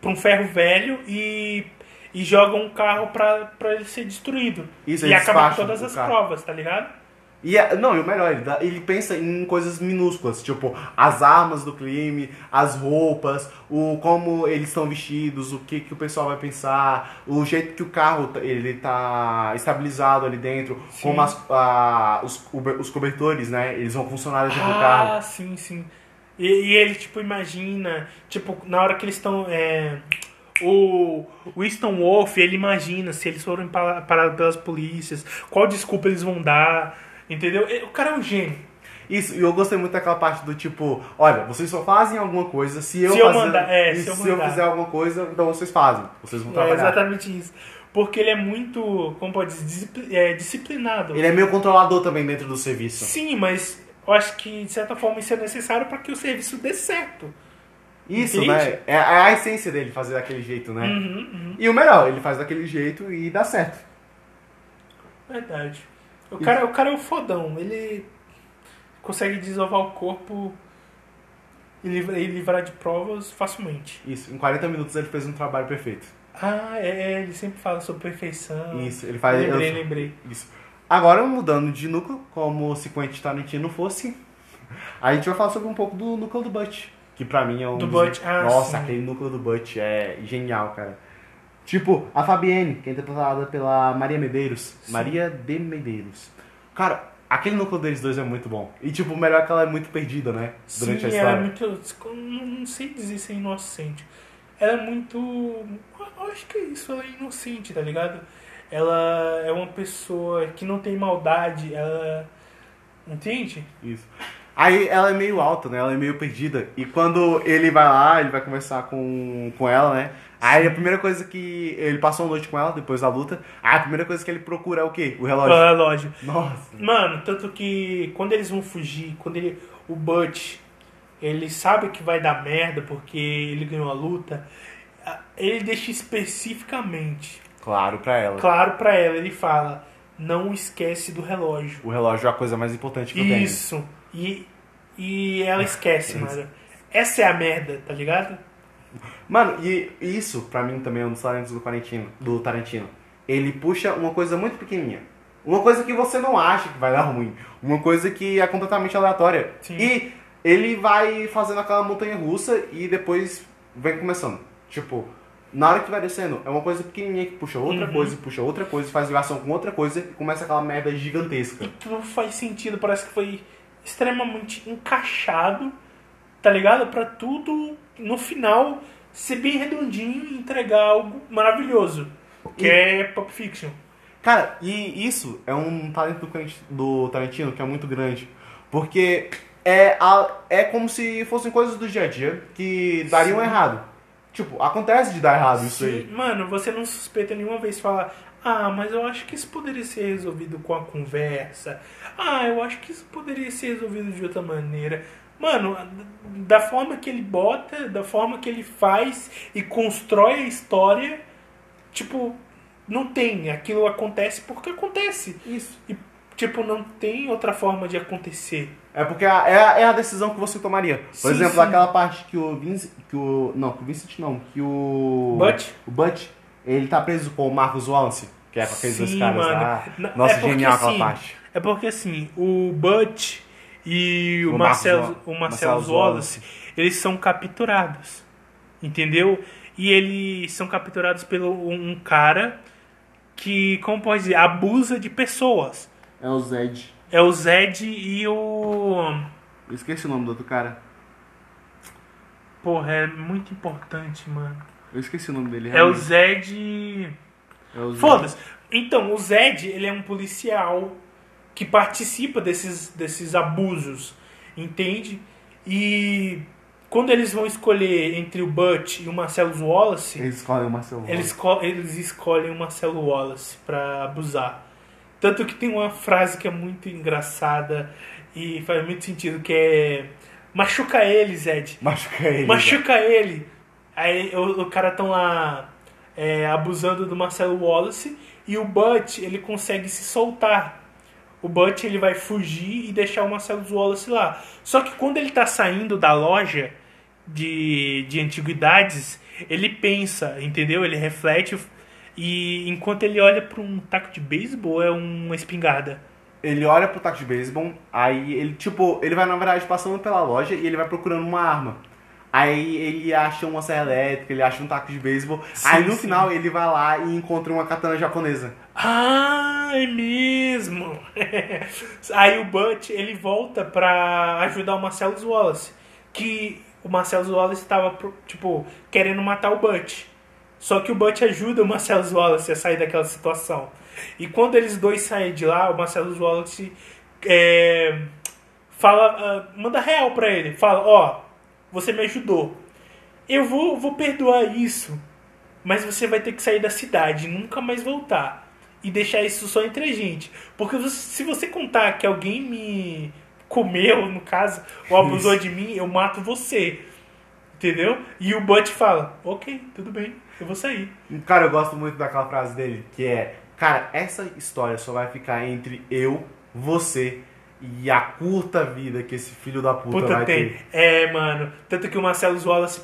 [SPEAKER 1] pra um ferro velho e, e jogam o carro pra, pra ele ser destruído.
[SPEAKER 2] Isso,
[SPEAKER 1] e
[SPEAKER 2] eles
[SPEAKER 1] acabam
[SPEAKER 2] despacham
[SPEAKER 1] todas
[SPEAKER 2] o
[SPEAKER 1] as
[SPEAKER 2] carro.
[SPEAKER 1] provas, tá ligado?
[SPEAKER 2] E é- não, e o melhor, ele, dá- ele pensa em coisas minúsculas, tipo as armas do crime, as roupas, o como eles estão vestidos, o que, que o pessoal vai pensar, o jeito que o carro tá- ele tá estabilizado ali dentro,
[SPEAKER 1] Sim.
[SPEAKER 2] como as- a- os, cobe- os cobertores, né? Eles vão funcionar dentro do carro.
[SPEAKER 1] Ah, sim, sim. E, e ele, tipo, imagina, tipo, na hora que eles estão. É, o o Winston Wolf, ele imagina se eles foram empala- parados pelas polícias, qual desculpa eles vão dar, entendeu? E- O cara é um gênio.
[SPEAKER 2] Isso, e eu gostei muito daquela parte do tipo, olha, vocês só fazem alguma coisa se eu
[SPEAKER 1] Se eu
[SPEAKER 2] fazer-
[SPEAKER 1] mandar- é,
[SPEAKER 2] e
[SPEAKER 1] se eu mandar.
[SPEAKER 2] fizer alguma coisa, então vocês fazem, vocês vão
[SPEAKER 1] É
[SPEAKER 2] trabalhar.
[SPEAKER 1] exatamente isso. Porque ele é muito, como pode dizer, discipli- é, disciplinado.
[SPEAKER 2] Ele é meio controlador também dentro do serviço.
[SPEAKER 1] Sim, mas eu acho que de certa forma isso é necessário para que o serviço dê certo.
[SPEAKER 2] Isso,
[SPEAKER 1] Entende?
[SPEAKER 2] né? É a a essência dele fazer daquele jeito, né?
[SPEAKER 1] Uhum, uhum.
[SPEAKER 2] E o melhor, ele faz daquele jeito e dá certo.
[SPEAKER 1] Verdade. O
[SPEAKER 2] E-
[SPEAKER 1] cara, o cara é o fodão. Ele consegue desovar o corpo e livra- e livrar de provas facilmente.
[SPEAKER 2] Isso, em 40 minutos ele fez um trabalho perfeito.
[SPEAKER 1] Ah, é, ele sempre fala sobre perfeição.
[SPEAKER 2] Isso, ele faz.
[SPEAKER 1] Ah. lembrei,
[SPEAKER 2] eu-
[SPEAKER 1] lembrei.
[SPEAKER 2] Isso. Agora, mudando de núcleo, como se Quentin Tarantino fosse, a gente vai falar sobre um pouco do núcleo do Butch. Que pra mim é um.
[SPEAKER 1] Do
[SPEAKER 2] dos-
[SPEAKER 1] Butch, ah,
[SPEAKER 2] Nossa,
[SPEAKER 1] sim.
[SPEAKER 2] aquele núcleo do Butch é genial, cara. Tipo, a Fabienne, que é interpretada pela Maria Medeiros.
[SPEAKER 1] Sim.
[SPEAKER 2] Maria de Medeiros. Cara, aquele núcleo deles dois é muito bom. E, tipo, o melhor é que ela é muito perdida, né? Durante
[SPEAKER 1] Sim,
[SPEAKER 2] a
[SPEAKER 1] ela é
[SPEAKER 2] história.
[SPEAKER 1] muito. Não não sei dizer se é inocente. Ela é muito. eu Acho que é isso, ela é inocente, tá ligado? Ela é uma pessoa que não tem maldade, ela. Entende?
[SPEAKER 2] Isso. Aí ela é meio alta, né? Ela é meio perdida. E quando ele vai lá, ele vai conversar com, com ela, né? Aí a primeira coisa que. Ele passou a noite com ela, depois da luta. Aí a primeira coisa que ele procura é o quê? O relógio.
[SPEAKER 1] Ah, lógico.
[SPEAKER 2] Nossa.
[SPEAKER 1] Mano, tanto que quando eles vão fugir, quando ele. O Butch, ele sabe que vai dar merda porque ele ganhou a luta. ah, Ele deixa especificamente
[SPEAKER 2] Claro pra ela.
[SPEAKER 1] claro pra ela, ele fala, não esquece do relógio.
[SPEAKER 2] O relógio é a coisa mais importante que eu tenho.
[SPEAKER 1] Isso. E, e ela esquece, mano. Essa é a merda, tá ligado?
[SPEAKER 2] Mano, e isso pra mim também é um dos talentos do Tarantino. Do Tarantino. Ele puxa uma coisa muito pequenininha. Uma coisa que você não acha que vai dar ruim. Uma coisa que é completamente aleatória.
[SPEAKER 1] Sim.
[SPEAKER 2] E ele vai fazendo aquela montanha russa e depois vem começando. Tipo, na hora que vai descendo, é uma coisa pequenininha que puxa outra
[SPEAKER 1] Uhum.
[SPEAKER 2] coisa, puxa outra coisa, faz ligação com outra coisa e começa aquela merda gigantesca.
[SPEAKER 1] E tudo faz sentido, parece que foi extremamente encaixado, tá ligado? Pra tudo, no final, ser bem redondinho e entregar algo maravilhoso. Que
[SPEAKER 2] E-
[SPEAKER 1] é Pop Fiction.
[SPEAKER 2] Cara, e isso é um talento do, Quentin- do Tarantino que é muito grande. Porque é, a- é como se fossem coisas do dia a dia que dariam
[SPEAKER 1] Sim.
[SPEAKER 2] errado. Tipo, acontece de dar errado
[SPEAKER 1] Sim,
[SPEAKER 2] isso aí.
[SPEAKER 1] Mano, você não suspeita nenhuma vez falar, ah, mas eu acho que isso poderia ser resolvido com a conversa. Ah, eu acho que isso poderia ser resolvido de outra maneira. Mano, a- da forma que ele bota, da forma que ele faz e constrói a história, tipo, não tem. Aquilo acontece porque acontece.
[SPEAKER 2] Isso.
[SPEAKER 1] E, tipo, não tem outra forma de acontecer.
[SPEAKER 2] É porque a- é, a- é a decisão que você tomaria. Por
[SPEAKER 1] Sim,
[SPEAKER 2] exemplo,
[SPEAKER 1] sim.
[SPEAKER 2] aquela parte que o Vincent. Que o, não, que o Vincent não. Que o.
[SPEAKER 1] Butch?
[SPEAKER 2] O Butch, ele tá preso com o Marcos Wallace, que é com aqueles dois
[SPEAKER 1] Sim,
[SPEAKER 2] caras
[SPEAKER 1] mano.
[SPEAKER 2] lá.
[SPEAKER 1] Na-
[SPEAKER 2] Nossa,
[SPEAKER 1] é porque,
[SPEAKER 2] genial aquela
[SPEAKER 1] assim,
[SPEAKER 2] parte.
[SPEAKER 1] É porque assim, o Butch, e o,
[SPEAKER 2] O
[SPEAKER 1] Marcelo,
[SPEAKER 2] Marcos
[SPEAKER 1] o
[SPEAKER 2] Wa-
[SPEAKER 1] Marcelo
[SPEAKER 2] Marcelo
[SPEAKER 1] Wallace, eles são capturados. Entendeu? E eles são capturados pelo um um cara que, como pode dizer, abusa de pessoas.
[SPEAKER 2] É o Zed.
[SPEAKER 1] É o Zed e o.
[SPEAKER 2] Eu esqueci o nome do outro cara.
[SPEAKER 1] Porra, é muito importante, mano.
[SPEAKER 2] Eu esqueci o nome dele.
[SPEAKER 1] É o
[SPEAKER 2] realmente.
[SPEAKER 1] Zed.
[SPEAKER 2] É o Zed.
[SPEAKER 1] Foda-se. Então, o Zed, ele é um policial que participa desses, desses abusos, entende? E quando eles vão escolher entre o Butch e o Marcelo Wallace,
[SPEAKER 2] Eles escolhem o Marcelo
[SPEAKER 1] eles, esco- eles escolhem o Marcelo Wallace pra abusar. Tanto que tem uma frase que é muito engraçada e faz muito sentido, que é... Machuca ele, Zed.
[SPEAKER 2] Machuca ele.
[SPEAKER 1] Machuca ele. Aí o, o cara tão lá é, abusando do Marcelo Wallace e o Butch ele consegue se soltar. O Butch ele vai fugir e deixar o Marcelo Wallace lá. Só que quando ele tá saindo da loja de, de antiguidades, ele pensa, entendeu? Ele reflete e enquanto ele olha pra um taco de beisebol é uma espingarda.
[SPEAKER 2] Ele olha pro taco de beisebol, aí ele, tipo, ele vai na verdade passando pela loja e ele vai procurando uma arma. Aí ele acha uma serra elétrica, ele acha um taco de beisebol.
[SPEAKER 1] Sim,
[SPEAKER 2] Aí no
[SPEAKER 1] sim.
[SPEAKER 2] final ele vai lá e encontra uma katana japonesa.
[SPEAKER 1] Ah, é mesmo! Aí o Butch, ele volta pra ajudar o Marcellus Wallace. Que o Marcellus Wallace tava, pro- tipo, querendo matar o Butch. Só que o Butch ajuda o Marcellus Wallace a sair daquela situação. E quando eles dois saem de lá, o Marcellus Wallace é, fala, ah, manda real pra ele. Fala, ó, você me ajudou. Eu vou, vou perdoar isso, mas você vai ter que sair da cidade e nunca mais voltar. E deixar isso só entre a gente. Porque você- se você contar que alguém me comeu, no caso, ou abusou de mim, eu mato você. Entendeu? E o Butch fala, ok, tudo bem, eu vou sair.
[SPEAKER 2] Cara, eu gosto muito daquela frase dele, que é: Cara, essa história só vai ficar entre eu, você e a curta vida que esse filho da puta,
[SPEAKER 1] Puta,
[SPEAKER 2] vai
[SPEAKER 1] tem.
[SPEAKER 2] ter.
[SPEAKER 1] É, mano. Tanto que o Marcelo Wallace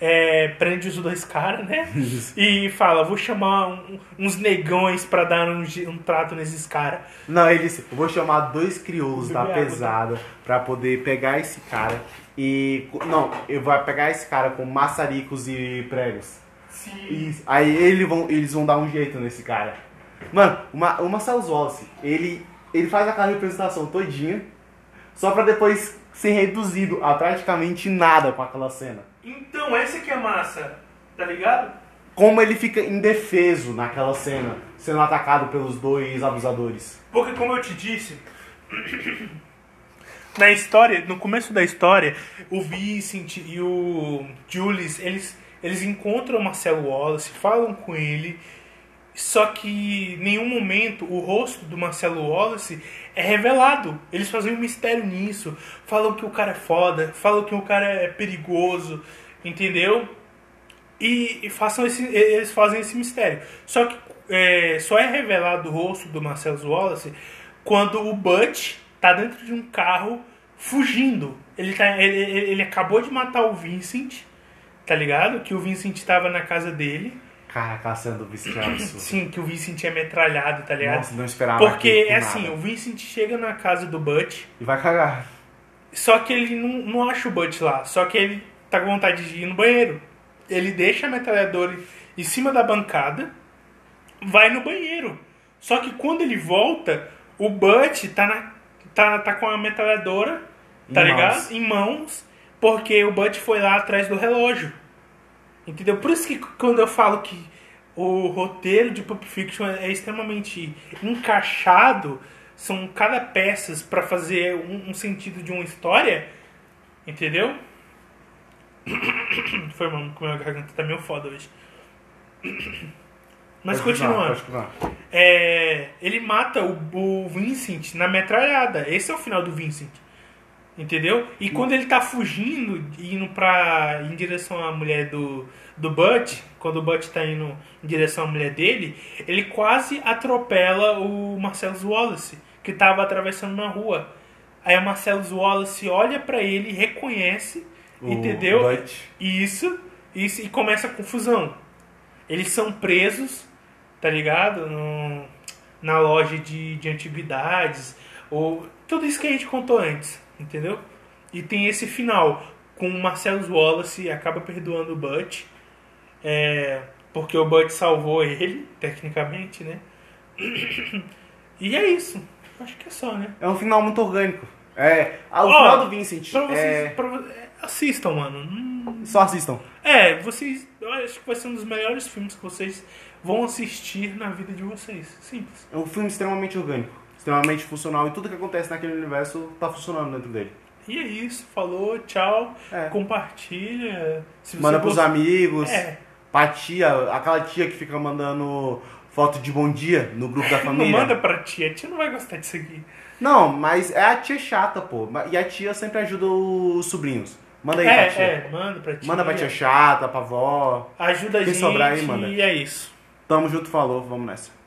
[SPEAKER 1] é, prende os dois caras, né? E fala, vou chamar um- uns negões pra dar um, gi- um trato nesses caras.
[SPEAKER 2] Não, ele disse, eu vou chamar dois crioulos da
[SPEAKER 1] Beber água, tá?
[SPEAKER 2] pesada pra poder pegar esse cara e... co- Não, eu vou pegar esse cara com maçaricos e pregos.
[SPEAKER 1] Sim.
[SPEAKER 2] E aí ele vão, eles vão dar um jeito nesse cara. Mano, o Ma- o Marcelo Wallace, ele, ele faz aquela representação todinha só pra depois ser reduzido a praticamente nada com aquela cena.
[SPEAKER 1] Então, essa que é a massa, tá ligado?
[SPEAKER 2] Como ele fica indefeso naquela cena, sendo atacado pelos dois abusadores.
[SPEAKER 1] Porque, como eu te disse, na história, no começo da história, o Vincent e o Julius, eles, eles encontram o Marcelo Wallace, falam com ele, só que em nenhum momento o rosto do Marcelo Wallace é revelado. Eles fazem um mistério nisso, falam que o cara é foda, falam que o cara é perigoso, entendeu? E, e façam esse, e- eles fazem esse mistério. Só que é, só é revelado o rosto do Marcelo Wallace quando o Butch tá dentro de um carro fugindo. Ele, tá, ele, ele ele acabou de matar o Vincent, tá ligado? Que o Vincent tava na casa dele.
[SPEAKER 2] Cara, aquela cena do Vicente é um absurdo.
[SPEAKER 1] Sim, que o Vincent é metralhado, tá ligado?
[SPEAKER 2] Nossa, não esperava
[SPEAKER 1] Porque
[SPEAKER 2] aquilo
[SPEAKER 1] é
[SPEAKER 2] por
[SPEAKER 1] assim,
[SPEAKER 2] nada.
[SPEAKER 1] o Vincent chega na casa do Butch,
[SPEAKER 2] E vai cagar.
[SPEAKER 1] só que ele não, não acha o Butch lá, só que ele tá com vontade de ir no banheiro. Ele deixa a metralhadora em cima da bancada, vai no banheiro. Só que quando ele volta, o Butch tá, na, tá, tá com a metralhadora, tá
[SPEAKER 2] Em
[SPEAKER 1] ligado?
[SPEAKER 2] mãos.
[SPEAKER 1] Em mãos, porque o Butch foi lá atrás do relógio. Entendeu? Por isso que quando eu falo que o roteiro de Pulp Fiction é extremamente encaixado, são cada peças pra fazer um, um sentido de uma história, entendeu? Foi, mano, com a minha garganta tá meio foda hoje. Mas
[SPEAKER 2] Pode continuar,
[SPEAKER 1] continuando.
[SPEAKER 2] pode continuar.
[SPEAKER 1] É, ele mata o, o Vincent na metralhada. Esse é o final do Vincent. Entendeu? E quando ele tá fugindo, indo pra. em direção à mulher do, do Butch, quando o Butch tá indo em direção à mulher dele, ele quase atropela o Marcellus Wallace, que tava atravessando uma rua. Aí o Marcellus Wallace olha pra ele, reconhece,
[SPEAKER 2] O
[SPEAKER 1] entendeu?
[SPEAKER 2] Butch.
[SPEAKER 1] Isso, isso, e começa a confusão. Eles são presos, tá ligado? No- na loja de, de antiguidades. Ou tudo isso que a gente contou antes, entendeu? E tem esse final com o Marcellus Wallace acaba perdoando o Butch, é, porque o Butch salvou ele, tecnicamente, né? E é isso. Acho que é só, né?
[SPEAKER 2] É um final muito orgânico. É, ah, o
[SPEAKER 1] Ó,
[SPEAKER 2] final do Vincent.
[SPEAKER 1] Pra vocês,
[SPEAKER 2] é,
[SPEAKER 1] pra vo- é, assistam, mano. Hum,
[SPEAKER 2] Só assistam.
[SPEAKER 1] É, vocês. Eu acho que vai ser um dos melhores filmes que vocês vão assistir na vida de vocês. Simples.
[SPEAKER 2] É um filme extremamente orgânico, extremamente funcional e tudo que acontece naquele universo tá funcionando dentro dele.
[SPEAKER 1] E é isso. Falou, tchau.
[SPEAKER 2] É.
[SPEAKER 1] Compartilha. Se você
[SPEAKER 2] Manda pros
[SPEAKER 1] gost-
[SPEAKER 2] amigos,
[SPEAKER 1] É.
[SPEAKER 2] pra tia, aquela tia que fica mandando foto de bom dia no grupo da
[SPEAKER 1] Não
[SPEAKER 2] família.
[SPEAKER 1] manda pra tia. A tia não vai gostar disso aqui.
[SPEAKER 2] Não, mas é a tia chata, pô. E a tia sempre ajuda os sobrinhos. Manda aí pra
[SPEAKER 1] é,
[SPEAKER 2] tia.
[SPEAKER 1] é. Manda pra tia.
[SPEAKER 2] Manda pra tia chata, pra avó.
[SPEAKER 1] Ajuda a
[SPEAKER 2] Quem
[SPEAKER 1] gente.
[SPEAKER 2] sobrar aí, manda.
[SPEAKER 1] E é isso.
[SPEAKER 2] Tamo junto, falou, vamos nessa.